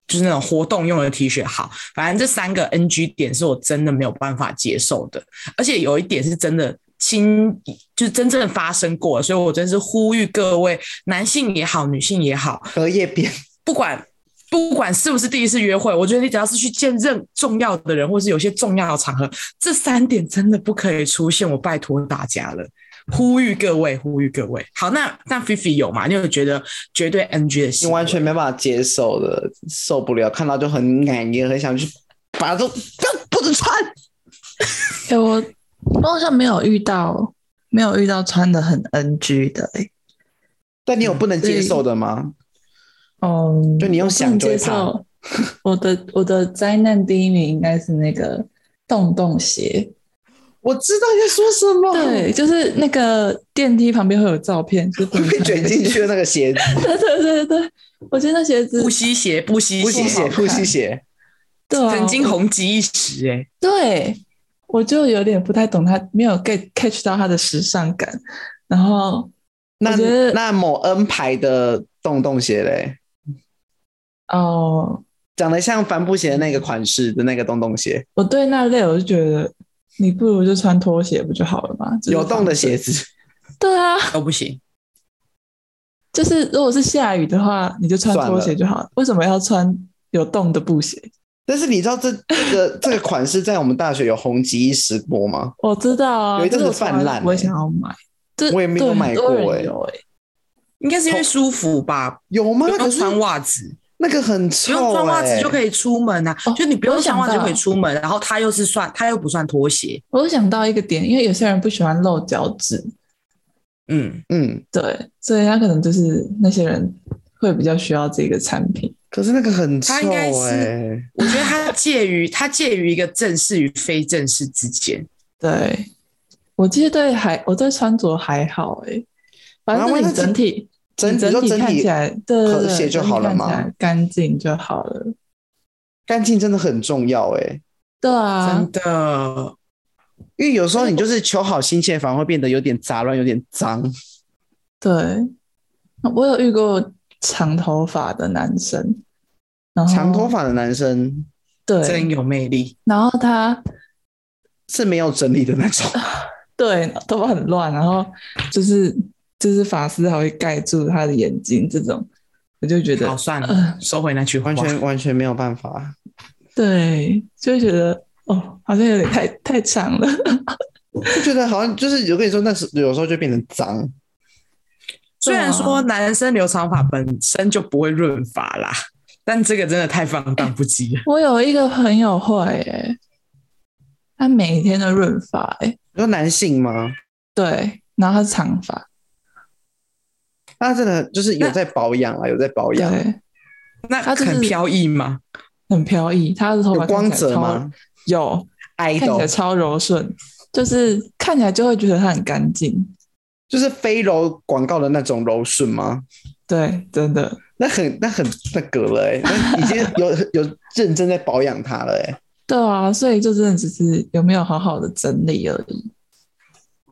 [SPEAKER 1] 就是那种活动用的 T 恤好。反正这三个 NG 点是我真的没有办法接受的，而且有一点是真的亲，就是真正发生过的，所以我真是呼吁各位，男性也好，女性也好，
[SPEAKER 2] 荷叶边。
[SPEAKER 1] 不管不管是不是第一次约会，我觉得你只要是去见任重要的人，或是有些重要的场合，这三点真的不可以出现。我拜托大家了，呼吁各位，呼吁各位。好，那那菲菲有吗？你有觉得绝对 NG 的
[SPEAKER 2] 你
[SPEAKER 1] 行为？
[SPEAKER 2] 完全没办法接受的，受不了，看到就很难，也很想去把它都不不准穿。
[SPEAKER 3] 哎，我我好像没有遇到，没有遇到穿的很 NG 的，哎，
[SPEAKER 2] 但你有不能接受的吗？
[SPEAKER 3] 哦，
[SPEAKER 2] 就你用想
[SPEAKER 3] 我
[SPEAKER 2] 就
[SPEAKER 3] 不
[SPEAKER 2] 会
[SPEAKER 3] 能接
[SPEAKER 2] 怕
[SPEAKER 3] 受。我的我的灾难第一名应该是那个洞洞鞋，
[SPEAKER 2] 我知道你在说什么，
[SPEAKER 1] (laughs)
[SPEAKER 3] 对，，就是那个电梯旁边会有照片，就是不能
[SPEAKER 2] (laughs) 被卷进去的那个鞋子，
[SPEAKER 3] 穿的鞋。对对对对，我觉得那鞋子
[SPEAKER 1] 不吸血，不吸
[SPEAKER 2] 不吸
[SPEAKER 1] 血
[SPEAKER 2] 血，不吸血，
[SPEAKER 3] 对啊
[SPEAKER 1] 曾经
[SPEAKER 3] 我
[SPEAKER 1] 红极一时、哎，
[SPEAKER 3] 对，我就有点不太懂他，没有 get catch 到他的时尚感。然后
[SPEAKER 2] 那
[SPEAKER 3] 我觉得
[SPEAKER 2] 那某 N 牌的洞洞鞋嘞，
[SPEAKER 3] 哦，
[SPEAKER 2] 长得像帆布鞋的那个款式的那个洞洞鞋，
[SPEAKER 3] 我对那类我就觉得，你不如就穿拖鞋不就好了嘛？就是
[SPEAKER 2] 有洞的
[SPEAKER 3] 防水
[SPEAKER 2] 鞋。子，
[SPEAKER 3] 对啊，
[SPEAKER 1] 都不行。
[SPEAKER 3] 就是如果是下雨的话，你就穿
[SPEAKER 2] 算
[SPEAKER 3] 拖
[SPEAKER 2] 了
[SPEAKER 3] 鞋就好了。为什么要穿有洞的布鞋？
[SPEAKER 2] 但是你知道这这个这个款式在我们大学有红极一时过吗？
[SPEAKER 3] 我知道啊，
[SPEAKER 2] 有一阵子
[SPEAKER 3] 可是我从来
[SPEAKER 2] 泛滥
[SPEAKER 3] 不会
[SPEAKER 2] 欸
[SPEAKER 3] 想要买。这
[SPEAKER 2] 我也没有
[SPEAKER 3] 对
[SPEAKER 2] 买
[SPEAKER 3] 很多
[SPEAKER 2] 过
[SPEAKER 3] 人
[SPEAKER 2] 欸
[SPEAKER 3] 有欸
[SPEAKER 1] 应该是因为舒服吧，
[SPEAKER 2] 有吗
[SPEAKER 1] 不？
[SPEAKER 2] 可
[SPEAKER 1] 用
[SPEAKER 2] 是
[SPEAKER 1] 穿袜子。
[SPEAKER 2] 那个很
[SPEAKER 1] 不用
[SPEAKER 2] 臭、欸，
[SPEAKER 1] 穿袜子就可以出门啊，
[SPEAKER 3] 哦
[SPEAKER 1] 就你不用穿袜子就可以
[SPEAKER 3] 我想到
[SPEAKER 1] 出门，然后它又是算，它又不算拖鞋，
[SPEAKER 3] 我有想到一个点，因为有些人不喜欢露脚趾，
[SPEAKER 1] 嗯，
[SPEAKER 2] 嗯，
[SPEAKER 3] 对，所以他可能就是那些人会比较需要这个产品。
[SPEAKER 2] 可是那个很臭、
[SPEAKER 1] 它应该是
[SPEAKER 2] 欸，
[SPEAKER 1] 我觉得它介于它介于一个正式与非正式之间，
[SPEAKER 3] 对，我其实对还我对穿着还好诶、反正
[SPEAKER 2] 啊
[SPEAKER 3] 就
[SPEAKER 2] 我
[SPEAKER 3] 是
[SPEAKER 2] 那
[SPEAKER 3] 你整体
[SPEAKER 2] 整
[SPEAKER 3] 你
[SPEAKER 2] 你说
[SPEAKER 3] 整体
[SPEAKER 2] 整
[SPEAKER 3] 看
[SPEAKER 2] 体
[SPEAKER 3] 起来对对
[SPEAKER 2] 和
[SPEAKER 3] 对
[SPEAKER 2] 谐就
[SPEAKER 3] 整体
[SPEAKER 2] 好了
[SPEAKER 3] 看起
[SPEAKER 2] 嘛
[SPEAKER 3] 来干净就好了。
[SPEAKER 2] 干净真的很重要哎、
[SPEAKER 3] 对啊
[SPEAKER 1] 真，的。
[SPEAKER 2] 因为有
[SPEAKER 1] 哎
[SPEAKER 2] 时候你就是求好心切，反而会变得有点杂乱，有点脏。
[SPEAKER 3] 对，我有遇过长头发的男生，然后
[SPEAKER 2] 长头发的男生
[SPEAKER 1] 真
[SPEAKER 3] 对，
[SPEAKER 1] 有魅力，
[SPEAKER 3] 然后他
[SPEAKER 2] 是没有整理的那种，
[SPEAKER 3] 对，头发很乱，然后就是就是发丝还会盖住他的眼睛，这种我就觉
[SPEAKER 1] 好
[SPEAKER 3] 得，
[SPEAKER 1] 算了
[SPEAKER 2] 嗯
[SPEAKER 3] 呃，
[SPEAKER 1] 收回那句话。
[SPEAKER 2] 完全完全没有办法。
[SPEAKER 3] 对，就会觉得哦，好像有点太太长了。 (laughs)
[SPEAKER 2] 就觉得好像就是有跟你说，那时有时候就变成脏，
[SPEAKER 1] 虽然说男生留长发本身就不会润发啦，但这个真的太放荡不羁了。
[SPEAKER 3] 我有一个朋友会、欸，他每天都润发、欸，
[SPEAKER 2] 你说男性吗？
[SPEAKER 3] 对，然后他是长发，
[SPEAKER 2] 他真的就是有在保养啊，有在保养，
[SPEAKER 3] 对，
[SPEAKER 1] 那
[SPEAKER 3] 他就是
[SPEAKER 1] 很飘逸吗？
[SPEAKER 3] 很飘逸，他的头
[SPEAKER 2] 有
[SPEAKER 3] 发
[SPEAKER 2] 光
[SPEAKER 3] 看起来
[SPEAKER 2] 泽
[SPEAKER 3] 超
[SPEAKER 2] 吗？
[SPEAKER 3] 有，
[SPEAKER 2] 爱
[SPEAKER 3] 看起
[SPEAKER 2] 豆
[SPEAKER 3] 来超柔顺，就是看起来就会觉得他很干净。
[SPEAKER 2] 就是飞柔广告的那种柔顺吗？
[SPEAKER 3] 对，真的，
[SPEAKER 2] 那很那很那个了哎、那已经有有认真在保养它了哎、
[SPEAKER 3] 对啊，所以就真的只是有没有好好的整理而已。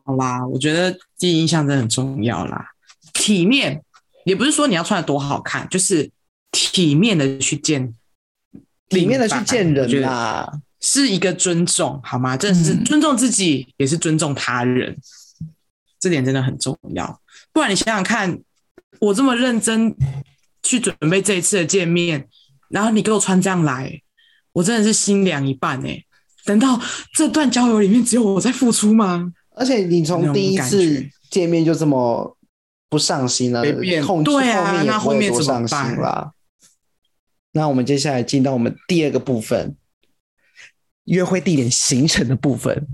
[SPEAKER 1] 好啦，我觉得第一印象真的很重要啦。体面也不是说你要穿的多好看，就是体面的去见
[SPEAKER 2] 里面的
[SPEAKER 1] 另
[SPEAKER 2] 去
[SPEAKER 1] 一半
[SPEAKER 2] 见
[SPEAKER 1] 我觉
[SPEAKER 2] 人啊
[SPEAKER 1] 得
[SPEAKER 2] 啦，
[SPEAKER 1] 是一个尊重，好吗？这是
[SPEAKER 3] 嗯
[SPEAKER 1] 尊重自己，也是尊重他人，这点真的很重要。不然你想想看，我这么认真去准备这一次的见面，然后你给我穿这样来，我真的是心凉一半哎、难道这段交友里面只有我在付出吗？
[SPEAKER 2] 而且你
[SPEAKER 1] 那
[SPEAKER 2] 从
[SPEAKER 1] 种
[SPEAKER 2] 第一
[SPEAKER 1] 感
[SPEAKER 2] 次
[SPEAKER 1] 觉
[SPEAKER 2] 见面就这么不上心了
[SPEAKER 1] 随，便
[SPEAKER 2] 控制
[SPEAKER 1] 对啊
[SPEAKER 2] 后面也
[SPEAKER 1] 那
[SPEAKER 2] 不
[SPEAKER 1] 后
[SPEAKER 2] 会
[SPEAKER 1] 面
[SPEAKER 2] 多
[SPEAKER 1] 怎么
[SPEAKER 2] 上心
[SPEAKER 1] 办
[SPEAKER 2] 啦。那我们接下来进到我们第二个部分，约会地点行程的部分。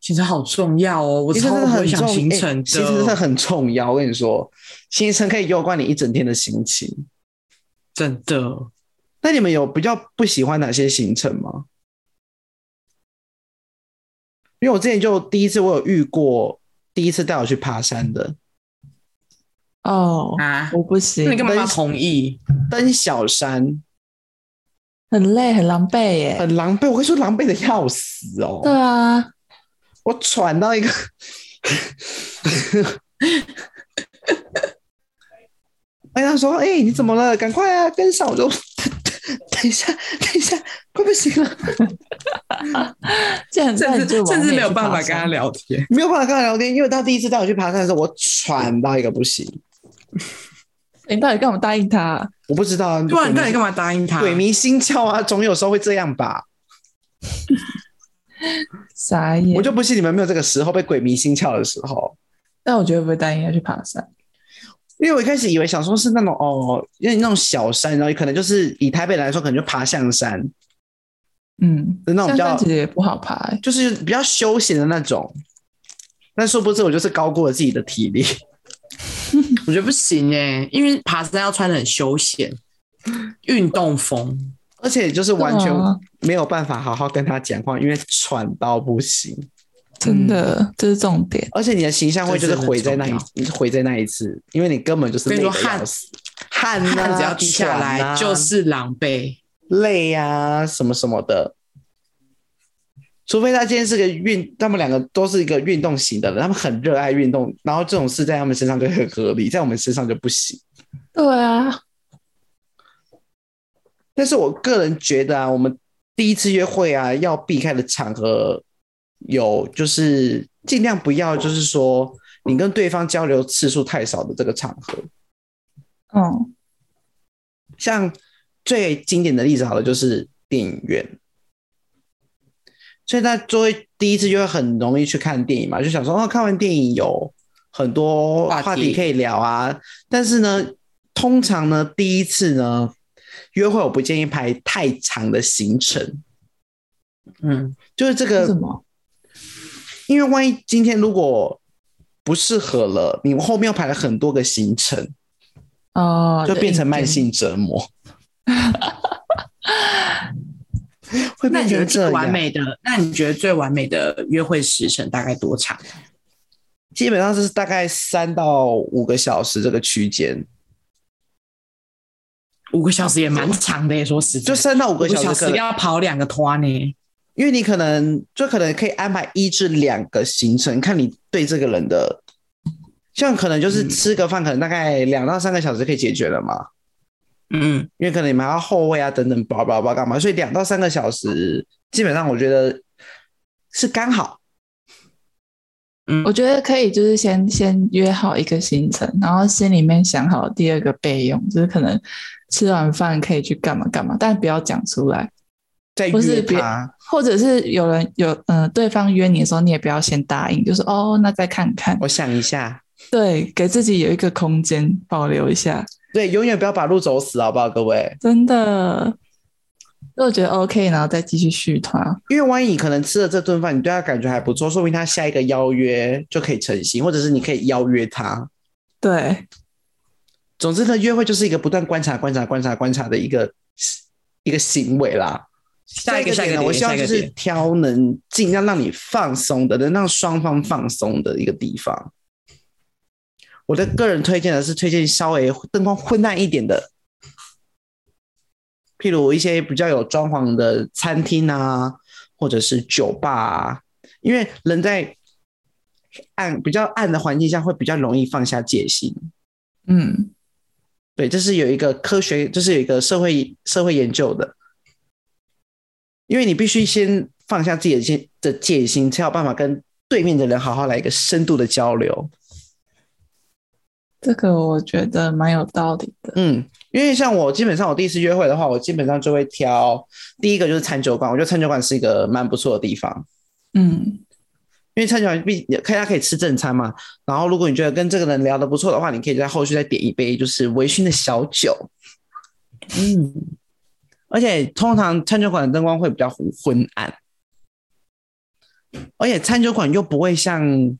[SPEAKER 1] 其实好重要哦，我
[SPEAKER 2] 其实
[SPEAKER 1] 超
[SPEAKER 2] 真的
[SPEAKER 1] 不
[SPEAKER 2] 很
[SPEAKER 1] 会想
[SPEAKER 2] 重
[SPEAKER 1] 行
[SPEAKER 2] 欸
[SPEAKER 1] 程
[SPEAKER 2] 其实真的
[SPEAKER 1] 的，哦
[SPEAKER 2] 很重要。我跟你说，行程可以攸关你一整天的心情。
[SPEAKER 1] 真的。
[SPEAKER 2] 那你们有比较不喜欢哪些行程吗？因为我之前就第一次我有遇过，第一次带我去爬山的
[SPEAKER 3] 哦，
[SPEAKER 1] 啊，
[SPEAKER 3] 我不行
[SPEAKER 1] 那你，干嘛要同意？
[SPEAKER 2] 登小山，
[SPEAKER 3] 很累，很狼狈耶、
[SPEAKER 2] 很狼狈，我跟你说狼狈的要死哦。
[SPEAKER 3] 对啊，
[SPEAKER 2] 我喘到一
[SPEAKER 1] (laughs)
[SPEAKER 2] 个。哎，他说：“哎、你怎么了？赶快啊，跟上！”我就等一下，等一下，快不行了，
[SPEAKER 3] 这很
[SPEAKER 1] 甚至甚至没有办法跟他
[SPEAKER 3] 聊。
[SPEAKER 1] 聊天。
[SPEAKER 2] 没有办法跟他聊天，因为他第一次带我去爬山的时候，我喘到一个不行，
[SPEAKER 3] 你到底干嘛答应他、
[SPEAKER 2] 我不知道啊，
[SPEAKER 1] 对啊，你到底干
[SPEAKER 2] 嘛？
[SPEAKER 1] 嘛答应他？
[SPEAKER 2] 鬼迷心窍啊，总有时候会这样吧。
[SPEAKER 3] 傻眼。
[SPEAKER 2] 我就不信你们没有这个时候被鬼迷心窍的时候。
[SPEAKER 3] 但我觉得不会答应他去爬山。
[SPEAKER 2] 因为我一开始以为想说是那种哦，因为那种小山，然后可能就是以台北来说，可能就爬象山，
[SPEAKER 3] 嗯，
[SPEAKER 2] 那种比
[SPEAKER 3] 象
[SPEAKER 2] 较
[SPEAKER 3] 山其实也不好爬、欸。
[SPEAKER 2] 就是比较休闲的那种。但殊不知，我就是高估了自己的体力。
[SPEAKER 1] 我觉得不行哎、因为爬山要穿的很休
[SPEAKER 2] (laughs)
[SPEAKER 1] 闲，运动风。
[SPEAKER 2] 而且就是完全
[SPEAKER 3] 对啊
[SPEAKER 2] 没有办法好好跟他讲话，因为喘到不行。嗯
[SPEAKER 3] 真的，这是重点。
[SPEAKER 2] 而且你的形象会就是毁在那
[SPEAKER 1] 这
[SPEAKER 2] 一毁在那一次，因为你根本就是
[SPEAKER 1] 跟你说
[SPEAKER 2] 累得要死汗啊
[SPEAKER 1] 汗只要滴下
[SPEAKER 2] 喘啊
[SPEAKER 1] 来就是狼狈。
[SPEAKER 2] 累呀、什么什么的。除非他今天是个运，他们两个都是一个运动型的人，他们很热爱运动，然后这种事在他们身上就很合理，在我们身上就不行。
[SPEAKER 3] 对啊，
[SPEAKER 2] 但是我个人觉得啊，我们第一次约会啊，要避开的场合有，就是尽量不要，就是说你跟对方交流次数太少的这个场合。
[SPEAKER 3] 嗯，
[SPEAKER 2] 像最经典的例子，好了，就是电影院。所以他作为第一次约会，很容易去看电影嘛，就想说哦，看完电影有很多
[SPEAKER 1] 话题
[SPEAKER 2] 话题可以聊啊。但是呢，通常呢，第一次呢，约会我不建议排太长的行程，
[SPEAKER 1] 嗯，
[SPEAKER 2] 就是这
[SPEAKER 3] 为什
[SPEAKER 2] 个，
[SPEAKER 3] 么？
[SPEAKER 2] 因为万一今天如果不适合了，你后面又排了很多个行程，
[SPEAKER 3] 哦，
[SPEAKER 2] 就变成慢
[SPEAKER 3] 对
[SPEAKER 2] 性
[SPEAKER 1] (laughs)
[SPEAKER 2] 折磨，会
[SPEAKER 1] 那
[SPEAKER 2] 变
[SPEAKER 1] 你觉得
[SPEAKER 2] 成这
[SPEAKER 1] 最
[SPEAKER 2] 样。
[SPEAKER 1] 完美的？那你觉得最完美的约会时程大概多长？
[SPEAKER 2] 基本上是大概三到五个小时这个区
[SPEAKER 1] 嗯
[SPEAKER 2] 间，
[SPEAKER 1] 五个小时也蛮长的耶，说实在，
[SPEAKER 2] 就三到五
[SPEAKER 1] 五
[SPEAKER 2] 个
[SPEAKER 1] 个
[SPEAKER 2] 小
[SPEAKER 1] 小
[SPEAKER 2] 时
[SPEAKER 1] 时
[SPEAKER 2] 可能，
[SPEAKER 1] 要跑两个团呢。
[SPEAKER 2] 因为你可能就可能可以安排一至两个行程，看你对这个人的，像可能就是吃个饭，可能大概两到三个小时可以解决了嘛，
[SPEAKER 1] 嗯，
[SPEAKER 2] 因为可能你们还要后位啊等等，叭叭叭干嘛，所以两到三个小时基本上我觉得是刚好，
[SPEAKER 1] 嗯
[SPEAKER 3] 我觉得可以，就是先先约好一个行程，然后心里面想好第二个备用，就是可能吃完饭可以去干嘛干嘛，但不要讲出来，
[SPEAKER 2] 再
[SPEAKER 3] 或是
[SPEAKER 2] 约
[SPEAKER 3] 别
[SPEAKER 2] 他，
[SPEAKER 3] 或者是有人有嗯、呃对方约你的时候，你也不要先答应，就是哦，那再看看，
[SPEAKER 2] 我想一下，
[SPEAKER 3] 对，给自己有一个空间保留一下，
[SPEAKER 2] 对，永远不要把路走死，好不好，各位？
[SPEAKER 3] 真的。如果觉得 OK，然后再继续续团，
[SPEAKER 2] 因为万一你可能吃了这顿饭，你对他感觉还不错，说明他下一个邀约就可以成型，或者是你可以邀约他。
[SPEAKER 3] 对，
[SPEAKER 2] 总之呢，约会就是一个不断观察、观察、观察、观察的一个一个行为啦。
[SPEAKER 1] 下一个
[SPEAKER 2] 再
[SPEAKER 1] 下一
[SPEAKER 2] 点
[SPEAKER 1] 个
[SPEAKER 2] 呢，
[SPEAKER 1] 点，
[SPEAKER 2] 我希
[SPEAKER 1] 下
[SPEAKER 2] 望就
[SPEAKER 1] 一个
[SPEAKER 2] 是
[SPEAKER 1] 点
[SPEAKER 2] 挑能尽量让你放松的，能让双方放松的一个地方。我的个人推荐的是推荐稍微灯光昏暗一点的，譬如一些比较有装潢的餐厅啊，或者是酒吧啊，因为人在暗比较暗的环境下会比较容易放下戒心。
[SPEAKER 3] 嗯，
[SPEAKER 2] 对，这是有一个科学，这是有一个社会社会研究的，因为你必须先放下自己的戒的戒心，才有办法跟对面的人好好来一个深度的交流。
[SPEAKER 3] 这个我觉得蛮有道理的。
[SPEAKER 2] 嗯，因为像我基本上我第一次约会的话，我基本上就会挑第一个就是餐酒馆，我觉得餐酒馆是一个蛮不错的地方，
[SPEAKER 3] 嗯，
[SPEAKER 2] 因为餐酒馆毕可以它可以吃正餐嘛，然后如果你觉得跟这个人聊得不错的话，你可以在后续再点一杯就是微醺的小酒。
[SPEAKER 1] 嗯，
[SPEAKER 2] 而且通常餐酒馆的灯光会比较昏暗，而且餐酒馆又不会像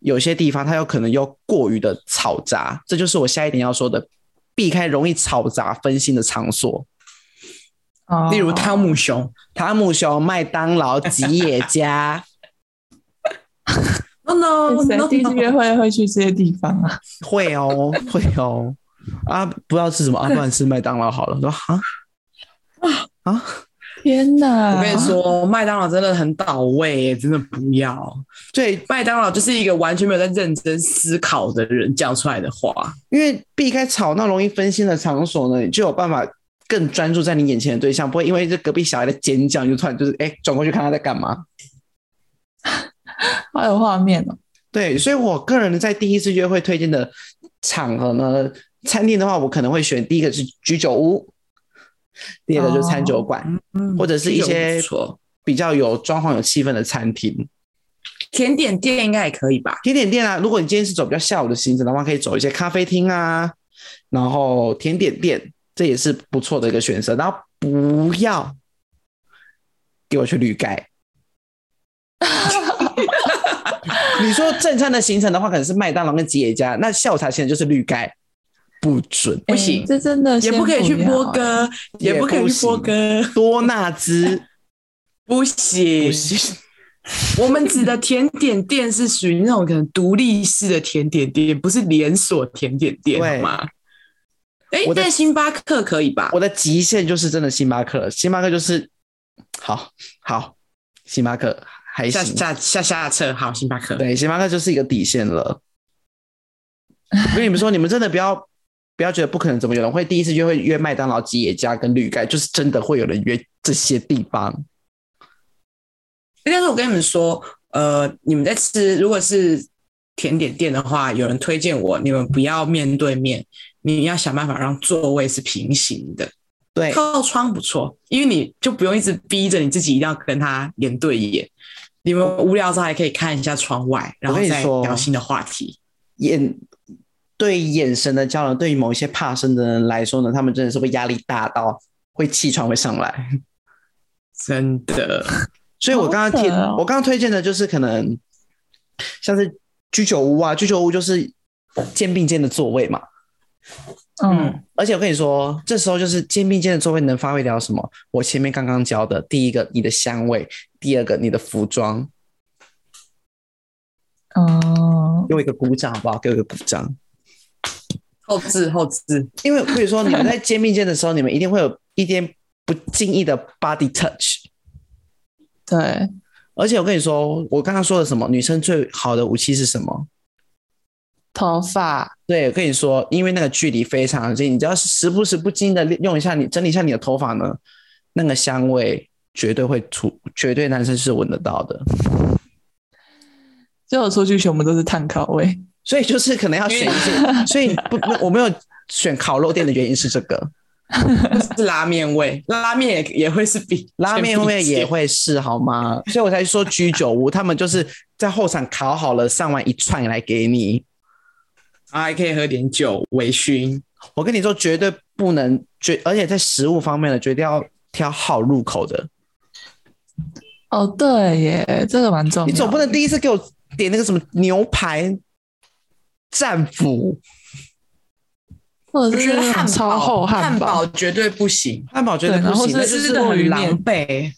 [SPEAKER 2] 有些地方，它有可能又过于的嘈杂，这就是我下一点要说的，避开容易嘈杂分心的场所，
[SPEAKER 3] 哦
[SPEAKER 1] 例如汤姆熊，
[SPEAKER 2] 汤姆熊、麦当劳、吉野家，
[SPEAKER 1] 哦
[SPEAKER 2] (laughs)
[SPEAKER 1] no
[SPEAKER 3] 谁
[SPEAKER 1] no
[SPEAKER 3] 第一次
[SPEAKER 1] no，
[SPEAKER 3] 约会会去这些地方啊？
[SPEAKER 2] 会哦，会哦，啊，不知道吃什么啊，不然吃麦当劳好了，说啊啊，
[SPEAKER 3] 天哪！
[SPEAKER 1] 我跟你，说，麦当劳真的很倒位耶，真的不要。
[SPEAKER 2] 对，
[SPEAKER 1] 麦当劳就是一个完全没有在认真思考的人讲出来的话。
[SPEAKER 2] 因为避开吵闹、容易分心的场所呢，你就有办法更专注在你眼前的对象，不会因为这隔壁小孩的尖叫，你就突然就是哎转过去看他在干嘛。
[SPEAKER 3] 好有画面哦。
[SPEAKER 2] 对，所以我个人在第一次约会推荐的场合呢，餐厅的话，我可能会选第一个是居酒屋，第二个就是餐酒馆，
[SPEAKER 1] 嗯
[SPEAKER 2] 或者是一些
[SPEAKER 1] 不错
[SPEAKER 2] 比较有装潢、有气氛的餐厅、
[SPEAKER 1] 甜点店应该也可以吧？
[SPEAKER 2] 甜点店啊。如果你今天是走比较下午的行程的话，可以走一些咖啡厅啊，然后甜点店，这也是不错的一个选择。然后不要给我去绿盖。 (laughs) 你说正餐的行程的话，可能是麦当劳跟吉野家，那下午茶行程就是绿盖，不准，
[SPEAKER 1] 不行
[SPEAKER 3] 哎这真的
[SPEAKER 1] 也
[SPEAKER 3] 先
[SPEAKER 1] 不可以去
[SPEAKER 3] 要
[SPEAKER 2] 啊
[SPEAKER 1] 播
[SPEAKER 3] 哎。
[SPEAKER 1] 歌，也不可以去播歌，
[SPEAKER 2] 多纳兹
[SPEAKER 1] 不行
[SPEAKER 2] 不。行。
[SPEAKER 1] 我们指的甜点店是属于那种可能独立式的甜点店，不是连锁甜点店，
[SPEAKER 2] 对
[SPEAKER 1] 好吗？哎
[SPEAKER 2] 我，的
[SPEAKER 1] 但星巴克可以吧
[SPEAKER 2] 我？的极限就是真的星巴克了，星巴克就是好好，星巴克还
[SPEAKER 1] 下
[SPEAKER 2] 行，
[SPEAKER 1] 下下下策，好，星巴克。
[SPEAKER 2] 对，星巴克就是一个底线了。我跟你们说，你们真的不要不要觉得不可能，怎么有人会第一次约会约麦当劳、吉野家跟绿盖，就是真的会有人约这些地方。
[SPEAKER 1] 但是我跟你们说，呃，你们在吃，如果是甜点店的话，有人推荐我，你们不要面对面，你要想办法让座位是平行的，
[SPEAKER 2] 对，
[SPEAKER 1] 靠窗不错，因为你就不用一直逼着你自己一定要跟他眼对眼。你们无聊的时候还可以看一下窗外，然后
[SPEAKER 2] 我跟你
[SPEAKER 1] 再
[SPEAKER 2] 说
[SPEAKER 1] 聊新的话题。
[SPEAKER 2] 眼对眼神的交流，对于某一些怕生的人来说呢，他们真的是会压力大到会气喘会上来。
[SPEAKER 1] 真的，
[SPEAKER 2] 所以我刚刚
[SPEAKER 3] 好
[SPEAKER 2] 提，
[SPEAKER 3] 扯哦
[SPEAKER 2] 我刚刚推荐的就是可能像是居酒屋啊，居酒屋就是肩并肩的座位嘛。
[SPEAKER 3] 嗯，
[SPEAKER 2] 而且我跟你说，这时候就是肩并肩的座位能发挥了什么？我前面刚刚教的，第一个你的香味，第二个你的服装，
[SPEAKER 3] 哦，
[SPEAKER 2] 给我一个鼓掌好不好？给我一个鼓掌。
[SPEAKER 1] 后置后置，
[SPEAKER 2] 因为可以说你们在肩并肩的时候，你们一定会有一点不经意的 body touch。
[SPEAKER 3] 对，
[SPEAKER 2] 而且我跟你说，我刚刚说的什么？女生最好的武器是什么？
[SPEAKER 3] 头发，
[SPEAKER 2] 对，我跟你说，因为那个距离非常近，你只要是时不时不经意的用一下你整理一下你的头发呢，那个香味绝对会出，绝对男生是闻得到的。
[SPEAKER 3] 就我出去全部都是碳烤味。
[SPEAKER 2] 所以就是可能要选一些，所以不，不我没有选烤肉店的原因是这个，
[SPEAKER 1] 是拉面味，拉面也也会是比
[SPEAKER 2] 拉面味也，会是好吗？所以我才说居酒屋，他们就是在后场烤好了，上完一串来给你。
[SPEAKER 1] 然后还可以喝点酒微醺。
[SPEAKER 2] 我跟你说，绝对不能绝，而且在食物方面呢，绝对要挑好入口的。
[SPEAKER 3] 哦，对耶，这个蛮重要的。
[SPEAKER 2] 你总不能第一次给我点那个什么牛排战斧
[SPEAKER 3] 或
[SPEAKER 1] 我
[SPEAKER 3] 者是
[SPEAKER 1] 觉得汉堡
[SPEAKER 3] 超厚
[SPEAKER 1] 汉
[SPEAKER 3] 堡、
[SPEAKER 1] 堡绝对不行，
[SPEAKER 2] 汉堡，绝对
[SPEAKER 3] 对
[SPEAKER 2] 不行。
[SPEAKER 3] 然后
[SPEAKER 2] 那
[SPEAKER 3] 是
[SPEAKER 2] 就
[SPEAKER 1] 吃
[SPEAKER 2] 是
[SPEAKER 1] 的
[SPEAKER 3] 墨
[SPEAKER 1] 很
[SPEAKER 3] 鱼
[SPEAKER 1] 狼
[SPEAKER 3] 面
[SPEAKER 1] 狈。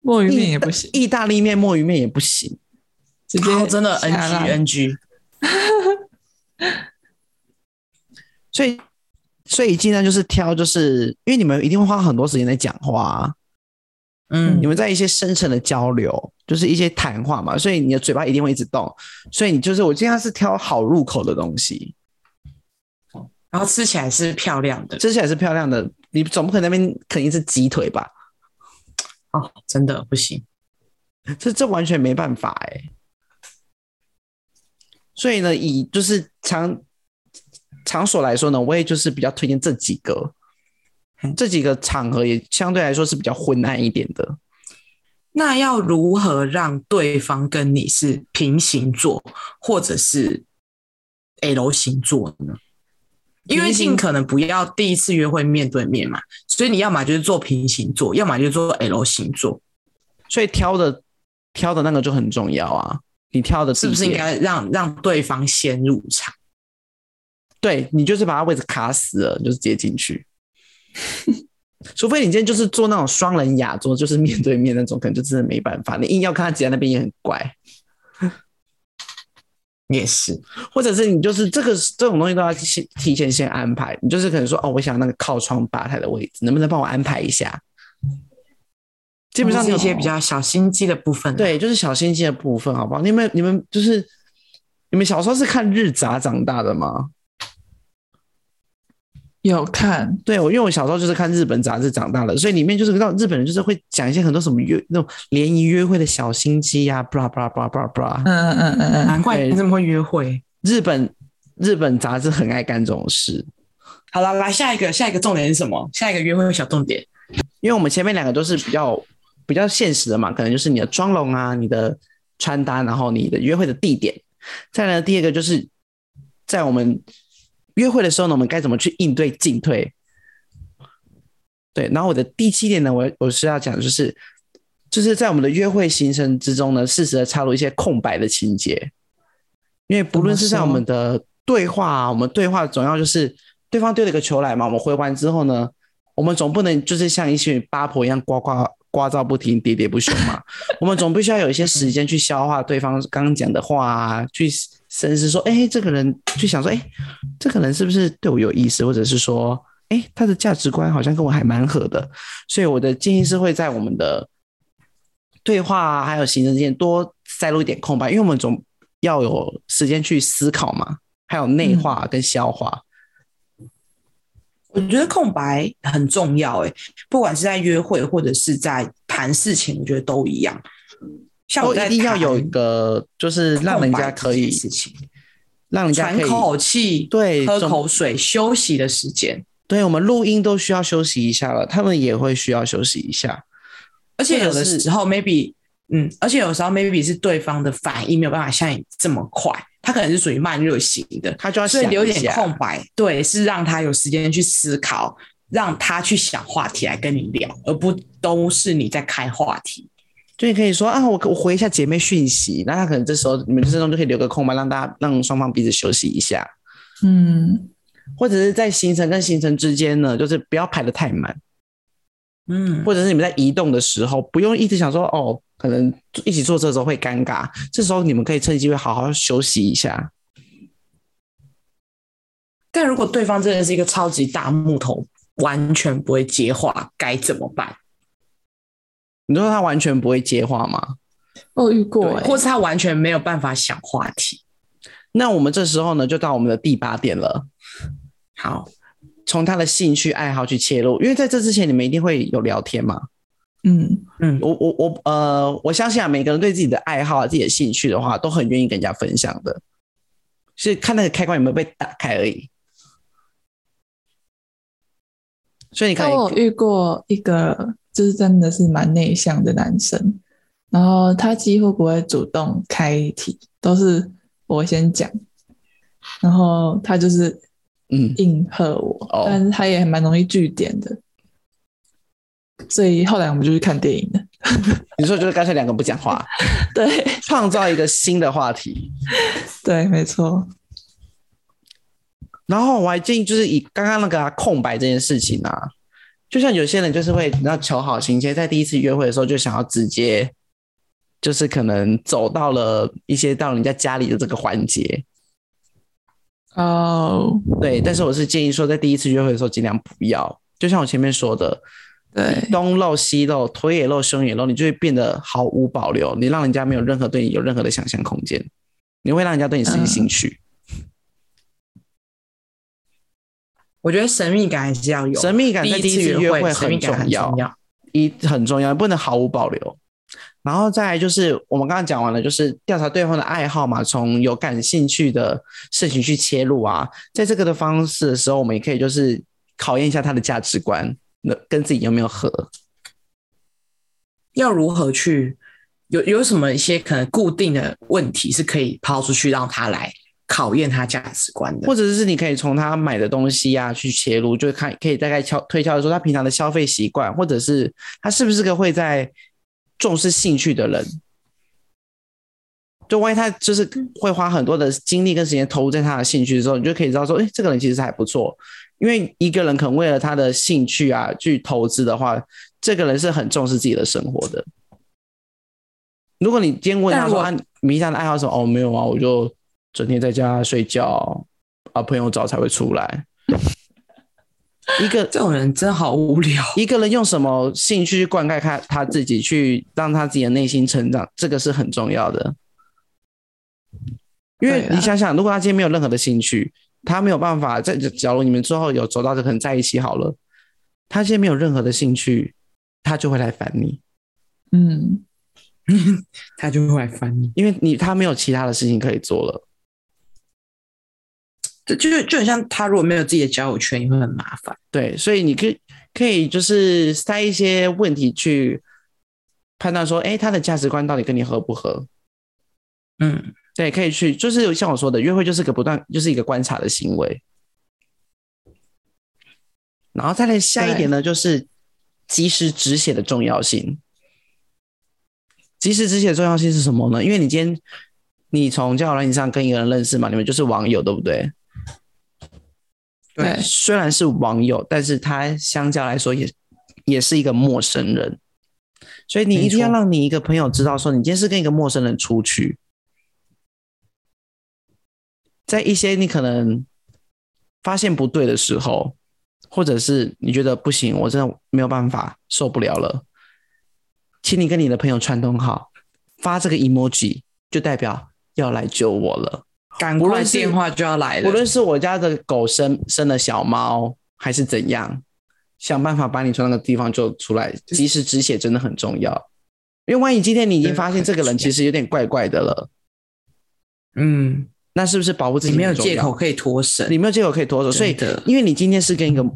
[SPEAKER 3] 墨鱼面也不行，
[SPEAKER 2] 意大利面、墨鱼面也不行。
[SPEAKER 3] 直接
[SPEAKER 1] 哦，真的
[SPEAKER 3] 下烂
[SPEAKER 1] NG NG，
[SPEAKER 2] 所以，所以尽量就是挑，就是因为你们一定会花很多时间在讲话啊、
[SPEAKER 1] 嗯
[SPEAKER 2] 你，们在一些深层的交流，就是一些谈话嘛，所以你的嘴巴一定会一直动，所以你就是我尽量是挑好入口的东西，
[SPEAKER 1] 然后吃起来是漂亮的
[SPEAKER 2] 吃起来是漂亮的，你总不可能那边肯定是鸡腿吧？
[SPEAKER 1] 哦，真的不行。
[SPEAKER 2] 这这完全没办法哎、所以呢，以就是场场所来说呢，我也就是比较推荐这几个，这几个场合也相对来说是比较昏暗一点的。
[SPEAKER 1] 那要如何让对方跟你是平行座或者是 L 型座呢？因为
[SPEAKER 3] 平行
[SPEAKER 1] 尽可能不要第一次约会面对面嘛，所以你要么就是做平行座，要么就是做 L 型座，
[SPEAKER 2] 所以挑的挑的那个就很重要啊，你挑的
[SPEAKER 1] 是不是
[SPEAKER 2] 地
[SPEAKER 1] 应
[SPEAKER 2] 点
[SPEAKER 1] 该让让对方先入场？
[SPEAKER 2] 对你就是把他位置卡死了，你就是直接进去。 (laughs) 除非你今天就是坐那种双人雅座，就是面对面那种，可能就真的没办法。你硬要看他挤在那边也很怪，
[SPEAKER 1] 也是，
[SPEAKER 2] 或者是你就是这个这种东西都要先提前先安排。你就是可能说哦，我想要那个靠窗吧台的位置，能不能帮我安排一下？基
[SPEAKER 1] 基
[SPEAKER 2] 本上
[SPEAKER 1] 是
[SPEAKER 2] 你
[SPEAKER 1] 一些比较小心机的部分、，啊
[SPEAKER 2] 对，就是小心机的部分，好不好？你们你们就是你们小时候是看日杂长大的吗？
[SPEAKER 3] 有看，
[SPEAKER 2] 对，我因为我小时候就是看日本杂志长大的，所以里面就是那种日本人就是会讲一些很多什么约那种联谊约会的小心机呀、啊、，blah blah blah blah blah。
[SPEAKER 3] 嗯嗯嗯嗯嗯，
[SPEAKER 1] 难怪你这么会约会。
[SPEAKER 2] 日本日本杂志很爱干这种事，
[SPEAKER 1] 好了，来下一个，下一个重点是什么？下一个约会小重点，
[SPEAKER 2] 因为我们前面两个都是比较比较现实的嘛，可能就是你的妆容啊、你的穿搭，然后你的约会的地点。再来第二个就是在我们约会的时候呢，我们该怎么去应对进退？对，然后我的第七点呢，我我是要讲的就是就是在我们的约会行程之中呢，适时的插入一些空白的情节，因为不论是在我们的对话、啊，我们对话总要就是对方丢了一个球来嘛，我们回完之后呢，我们总不能就是像一群八婆一样呱呱呱噪不停、喋喋不休嘛，我们总必须要有一些
[SPEAKER 1] 嗯
[SPEAKER 2] 时间去消化对方刚刚讲的话、啊，去深思说，哎、这个人去想说，哎、这个人是不是对我有意思，或者是说，哎、他的价值观好像跟我还蛮合的，所以我的建议是会在我们的对话、啊、还有行程之间多塞入一点空白，因为我们总要有时间去思考嘛，还有
[SPEAKER 1] 嗯
[SPEAKER 2] 内化跟消化。
[SPEAKER 1] 我觉得空白很重要、欸，不管是在约会或者是在谈事情，我觉得都一样。像
[SPEAKER 2] 都
[SPEAKER 1] 我在
[SPEAKER 2] 一定要有一
[SPEAKER 1] 谈
[SPEAKER 2] 个，就是让人家
[SPEAKER 1] 空
[SPEAKER 2] 可
[SPEAKER 1] 白这件
[SPEAKER 2] 以
[SPEAKER 1] 事情，
[SPEAKER 2] 让人家
[SPEAKER 1] 喘
[SPEAKER 2] 可以
[SPEAKER 1] 口气，
[SPEAKER 2] 对
[SPEAKER 1] 喝
[SPEAKER 2] 总
[SPEAKER 1] 口水，休息的时间。
[SPEAKER 2] 对，我们录音都需要休息一下了，他们也会需要休息一下。
[SPEAKER 1] 而且有
[SPEAKER 2] 或
[SPEAKER 1] 的
[SPEAKER 2] 者是
[SPEAKER 1] 时候 maybe，嗯，而且有时候 maybe 是对方的反应没有办法像你这么快，他可能是属于慢热型的，
[SPEAKER 2] 他就要
[SPEAKER 1] 所以
[SPEAKER 2] 想
[SPEAKER 1] 留
[SPEAKER 2] 一
[SPEAKER 1] 一点
[SPEAKER 2] 下
[SPEAKER 1] 空白，对，是让他有时间去思考，让他去想话题来跟你聊，而不都是你在开话题。
[SPEAKER 2] 就你可以说啊，我我回一下姐妹讯息，那他可能这时候你们这时候就可以留个空白，让大家让双方彼此休息一下，
[SPEAKER 3] 嗯，
[SPEAKER 2] 或者是在行程跟行程之间呢，就是不要排的太满，
[SPEAKER 1] 嗯，
[SPEAKER 2] 或者是你们在移动的时候，不用一直想说哦，可能一起坐车的时候会尴尬，这时候你们可以趁机会好好休息一下。
[SPEAKER 1] 但如果对方真的是一个超级大木头，完全不会接话，该怎么办？
[SPEAKER 2] 你说他完全不会接话吗？
[SPEAKER 3] 我有遇过、
[SPEAKER 1] 或
[SPEAKER 3] 欸，
[SPEAKER 1] 是他完全没有办法想话题？
[SPEAKER 2] 那我们这时候呢，就到我们的第八点了，
[SPEAKER 1] 好，
[SPEAKER 2] 从他的兴趣爱好去切入，因为在这之前你们一定会有聊天嘛。
[SPEAKER 3] 嗯，
[SPEAKER 1] 嗯，
[SPEAKER 2] 我我我呃，我相信啊，每个人对自己的爱好、啊、自己的兴趣的话，都很愿意跟人家分享的，是看那个开关有没有被打开而已。所以你看
[SPEAKER 3] 但，我有遇过一个就是真的是蛮内向的男生，然后他几乎不会主动开题，都是我先讲，然后他就是
[SPEAKER 2] 嗯，
[SPEAKER 3] 应和我，
[SPEAKER 2] 哦
[SPEAKER 3] 但是他也蛮容易据点的，所以后来我们就去看电影了。
[SPEAKER 2] 你说就是干脆两个不讲话，
[SPEAKER 3] 对
[SPEAKER 2] 创造一个新的话题。
[SPEAKER 3] 对，没错，
[SPEAKER 2] 然后我还建议，就是以刚刚那个、啊、空白这件事情啊，就像有些人就是会，然后求好心切，在第一次约会的时候就想要直接，就是可能走到了一些到人家家里的这个环节，
[SPEAKER 3] 哦，
[SPEAKER 2] 对，但是我是建议说，在第一次约会的时候尽量不要，就像我前面说的，
[SPEAKER 3] 哦对，
[SPEAKER 2] 东露西露，腿也露，胸也露，你就会变得毫无保留，你让人家没有任何对你有任何的想象空间，你会让人家对你失去兴趣，
[SPEAKER 1] 我觉得神秘感还是要有，
[SPEAKER 2] 神秘感在
[SPEAKER 1] 第
[SPEAKER 2] 第
[SPEAKER 1] 一
[SPEAKER 2] 一次
[SPEAKER 1] 约
[SPEAKER 2] 约会
[SPEAKER 1] 神
[SPEAKER 2] 很
[SPEAKER 1] 秘感
[SPEAKER 2] 重要
[SPEAKER 1] 重，要。
[SPEAKER 2] 一很重要，不能毫无保留。然后再来就是我们刚刚讲完了，就是调查对方的爱好嘛，从有感兴趣的事情去切入啊，在这个的方式的时候，我们也可以就是考验一下他的价值观，那跟自己有没有合。
[SPEAKER 1] 要如何去有有什么一些可能固定的问题是可以抛出去让他来考验他价值观的？
[SPEAKER 2] 或者是你可以从他买的东西呀、去切入，就看可以大概敲推敲说他平常的消费习惯，或者是他是不是个会在重视兴趣的人。就万一他就是会花很多的精力跟时间投入在他的兴趣的时候，你就可以知道说，哎、这个人其实还不错。因为一个人可能为了他的兴趣啊去投资的话，这个人是很重视自己的生活的。如果你今天问他
[SPEAKER 1] 但如
[SPEAKER 2] 说
[SPEAKER 1] 果
[SPEAKER 2] 啊，迷他的爱好是什么？哦，没有啊，我就整天在家睡觉啊，朋友找才会出来。一个
[SPEAKER 1] 这种人真好无聊。 (laughs)
[SPEAKER 2] 一个人用什么兴趣去灌溉他他自己，去让他自己的内心成长，这个是很重要的。因为
[SPEAKER 3] 对啊
[SPEAKER 2] 你想想，如果他今天没有任何的兴趣，他没有办法在。假如你们最后有走到这可能在一起好了，他今天没有任何的兴趣，他就会来烦你，
[SPEAKER 3] 嗯，
[SPEAKER 1] 他就会来翻你，
[SPEAKER 2] 因为你他没有其他的事情可以做了。
[SPEAKER 1] 就就就很像他如果没有自己的交友圈，也会很麻烦。
[SPEAKER 2] 对，所以你可以可以就是塞一些问题去判断说，哎，他的价值观到底跟你合不合？
[SPEAKER 1] 嗯，
[SPEAKER 2] 对，可以去，就是像我说的，约会就是个不断，就是一个观察的行为。然后再来下一点呢，就是及时止血的重要性。及时止血的重要性是什么呢？因为你今天你从交友软件上跟一个人认识嘛，你们就是网友，对不对？
[SPEAKER 3] 对，
[SPEAKER 2] 虽然是网友，但是他相较来说也也是一个陌生人，所以你一定要
[SPEAKER 1] 没错
[SPEAKER 2] 让你一个朋友知道说，你今天是跟一个陌生人出去，在一些你可能发现不对的时候，或者是你觉得不行，我真的没有办法，受不了了，请你跟你的朋友串通好，发这个 emoji 就代表要来救我了。
[SPEAKER 1] 赶
[SPEAKER 2] 无
[SPEAKER 1] 快
[SPEAKER 2] 论是
[SPEAKER 1] 电话就要来了。
[SPEAKER 2] 无论是我家的狗生生了小猫，还是怎样，想办法把你从那个地方救出来。及时止血真的很重要，因为万一今天你已经发现这个人其实有点怪怪的了，
[SPEAKER 1] 嗯，
[SPEAKER 2] 那是不是保护自
[SPEAKER 1] 你
[SPEAKER 2] 己
[SPEAKER 1] 没有
[SPEAKER 2] 很重要
[SPEAKER 1] 借口，可以脱身。
[SPEAKER 2] 你没有借口可以脱手。所以
[SPEAKER 1] 真的，
[SPEAKER 2] 因为你今天是跟一个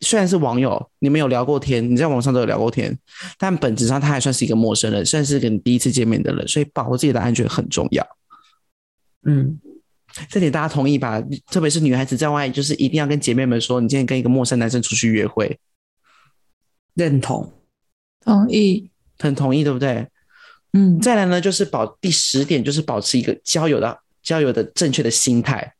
[SPEAKER 2] 虽然是网友，你们有聊过天，你在网上都有聊过天，但本质上他还算是一个陌生人，算是跟你第一次见面的人，所以保护自己的安全很重要。
[SPEAKER 1] 嗯，
[SPEAKER 2] 这点大家同意吧？特别是女孩子在外，就是一定要跟姐妹们说，你今天跟一个陌生男生出去约会，
[SPEAKER 1] 认同。
[SPEAKER 3] 同意，
[SPEAKER 2] 很同意，对不对？
[SPEAKER 3] 嗯，
[SPEAKER 2] 再来呢，就是保第十点，就是保持一个交友的交友的正确的心态。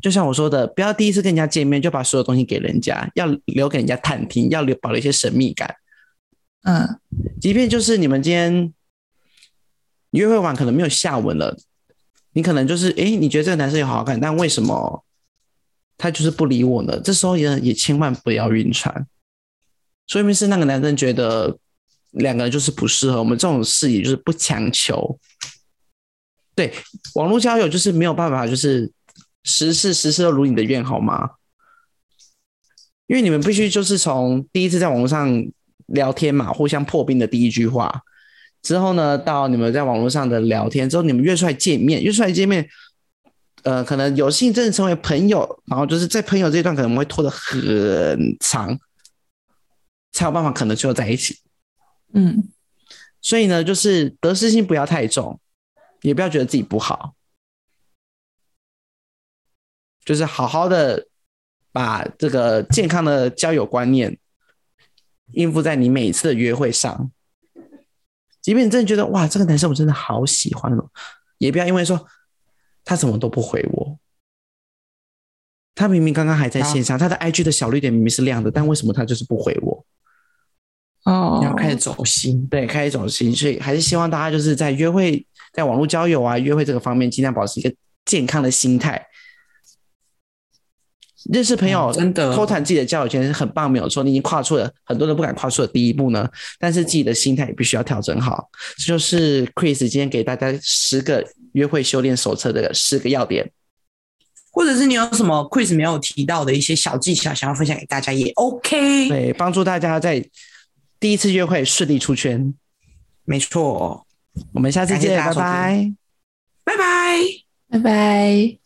[SPEAKER 2] 就像我说的，不要第一次跟人家见面就把所有东西给人家，要留给人家探听，要留保留一些神秘感。
[SPEAKER 3] 嗯，
[SPEAKER 2] 即便就是你们今天约会完可能没有下文了，你可能就是诶，你觉得这个男生有好感，但为什么他就是不理我呢？这时候也也千万不要晕船，说明是那个男生觉得两个人就是不适合。我们这种事也就是不强求。对，网络交友就是没有办法，就是十事十事都如你的愿，好吗？因为你们必须就是从第一次在网络上聊天嘛，互相破冰的第一句话，之后呢，到你们在网络上的聊天之后，你们约出来见面，约出来见面，呃，可能有幸真的成为朋友，然后就是在朋友这一段可能会拖得很长，才有办法可能最后在一起。
[SPEAKER 3] 嗯，
[SPEAKER 2] 所以呢，就是得失心不要太重，也不要觉得自己不好，就是好好的把这个健康的交友观念应付在你每一次的约会上。即便你真的觉得哇，这个男生我真的好喜欢哦，也不要因为说他怎么都不回我，他明明刚刚还在线上，他的 IG 的小绿点明明是亮的，但为什么他就是不回我？
[SPEAKER 3] 哦
[SPEAKER 1] 你，要开始走心，
[SPEAKER 2] 对，开一种心，所以还是希望大家就是在约会、在网络交友啊、约会这个方面，尽量保持一个健康的心态。认识朋友，
[SPEAKER 1] 嗯真的
[SPEAKER 2] 拓展自己的交友圈是很棒，没有错。你已经跨出了很多人不敢跨出的第一步呢，但是自己的心态也必须要调整好。这就是 Chris 今天给大家十个约会修炼手册的十个要点。
[SPEAKER 1] 或者是你有什么 quiz 没有提到的一些小技巧想要分享给大家也 OK。
[SPEAKER 2] 对，帮助大家在第一次约会顺利出圈。
[SPEAKER 1] 没错，
[SPEAKER 2] 我们下次
[SPEAKER 1] 感谢
[SPEAKER 2] 见，
[SPEAKER 1] 大家
[SPEAKER 2] 拜
[SPEAKER 1] 收听
[SPEAKER 2] 拜。
[SPEAKER 1] 拜拜。
[SPEAKER 3] 拜拜。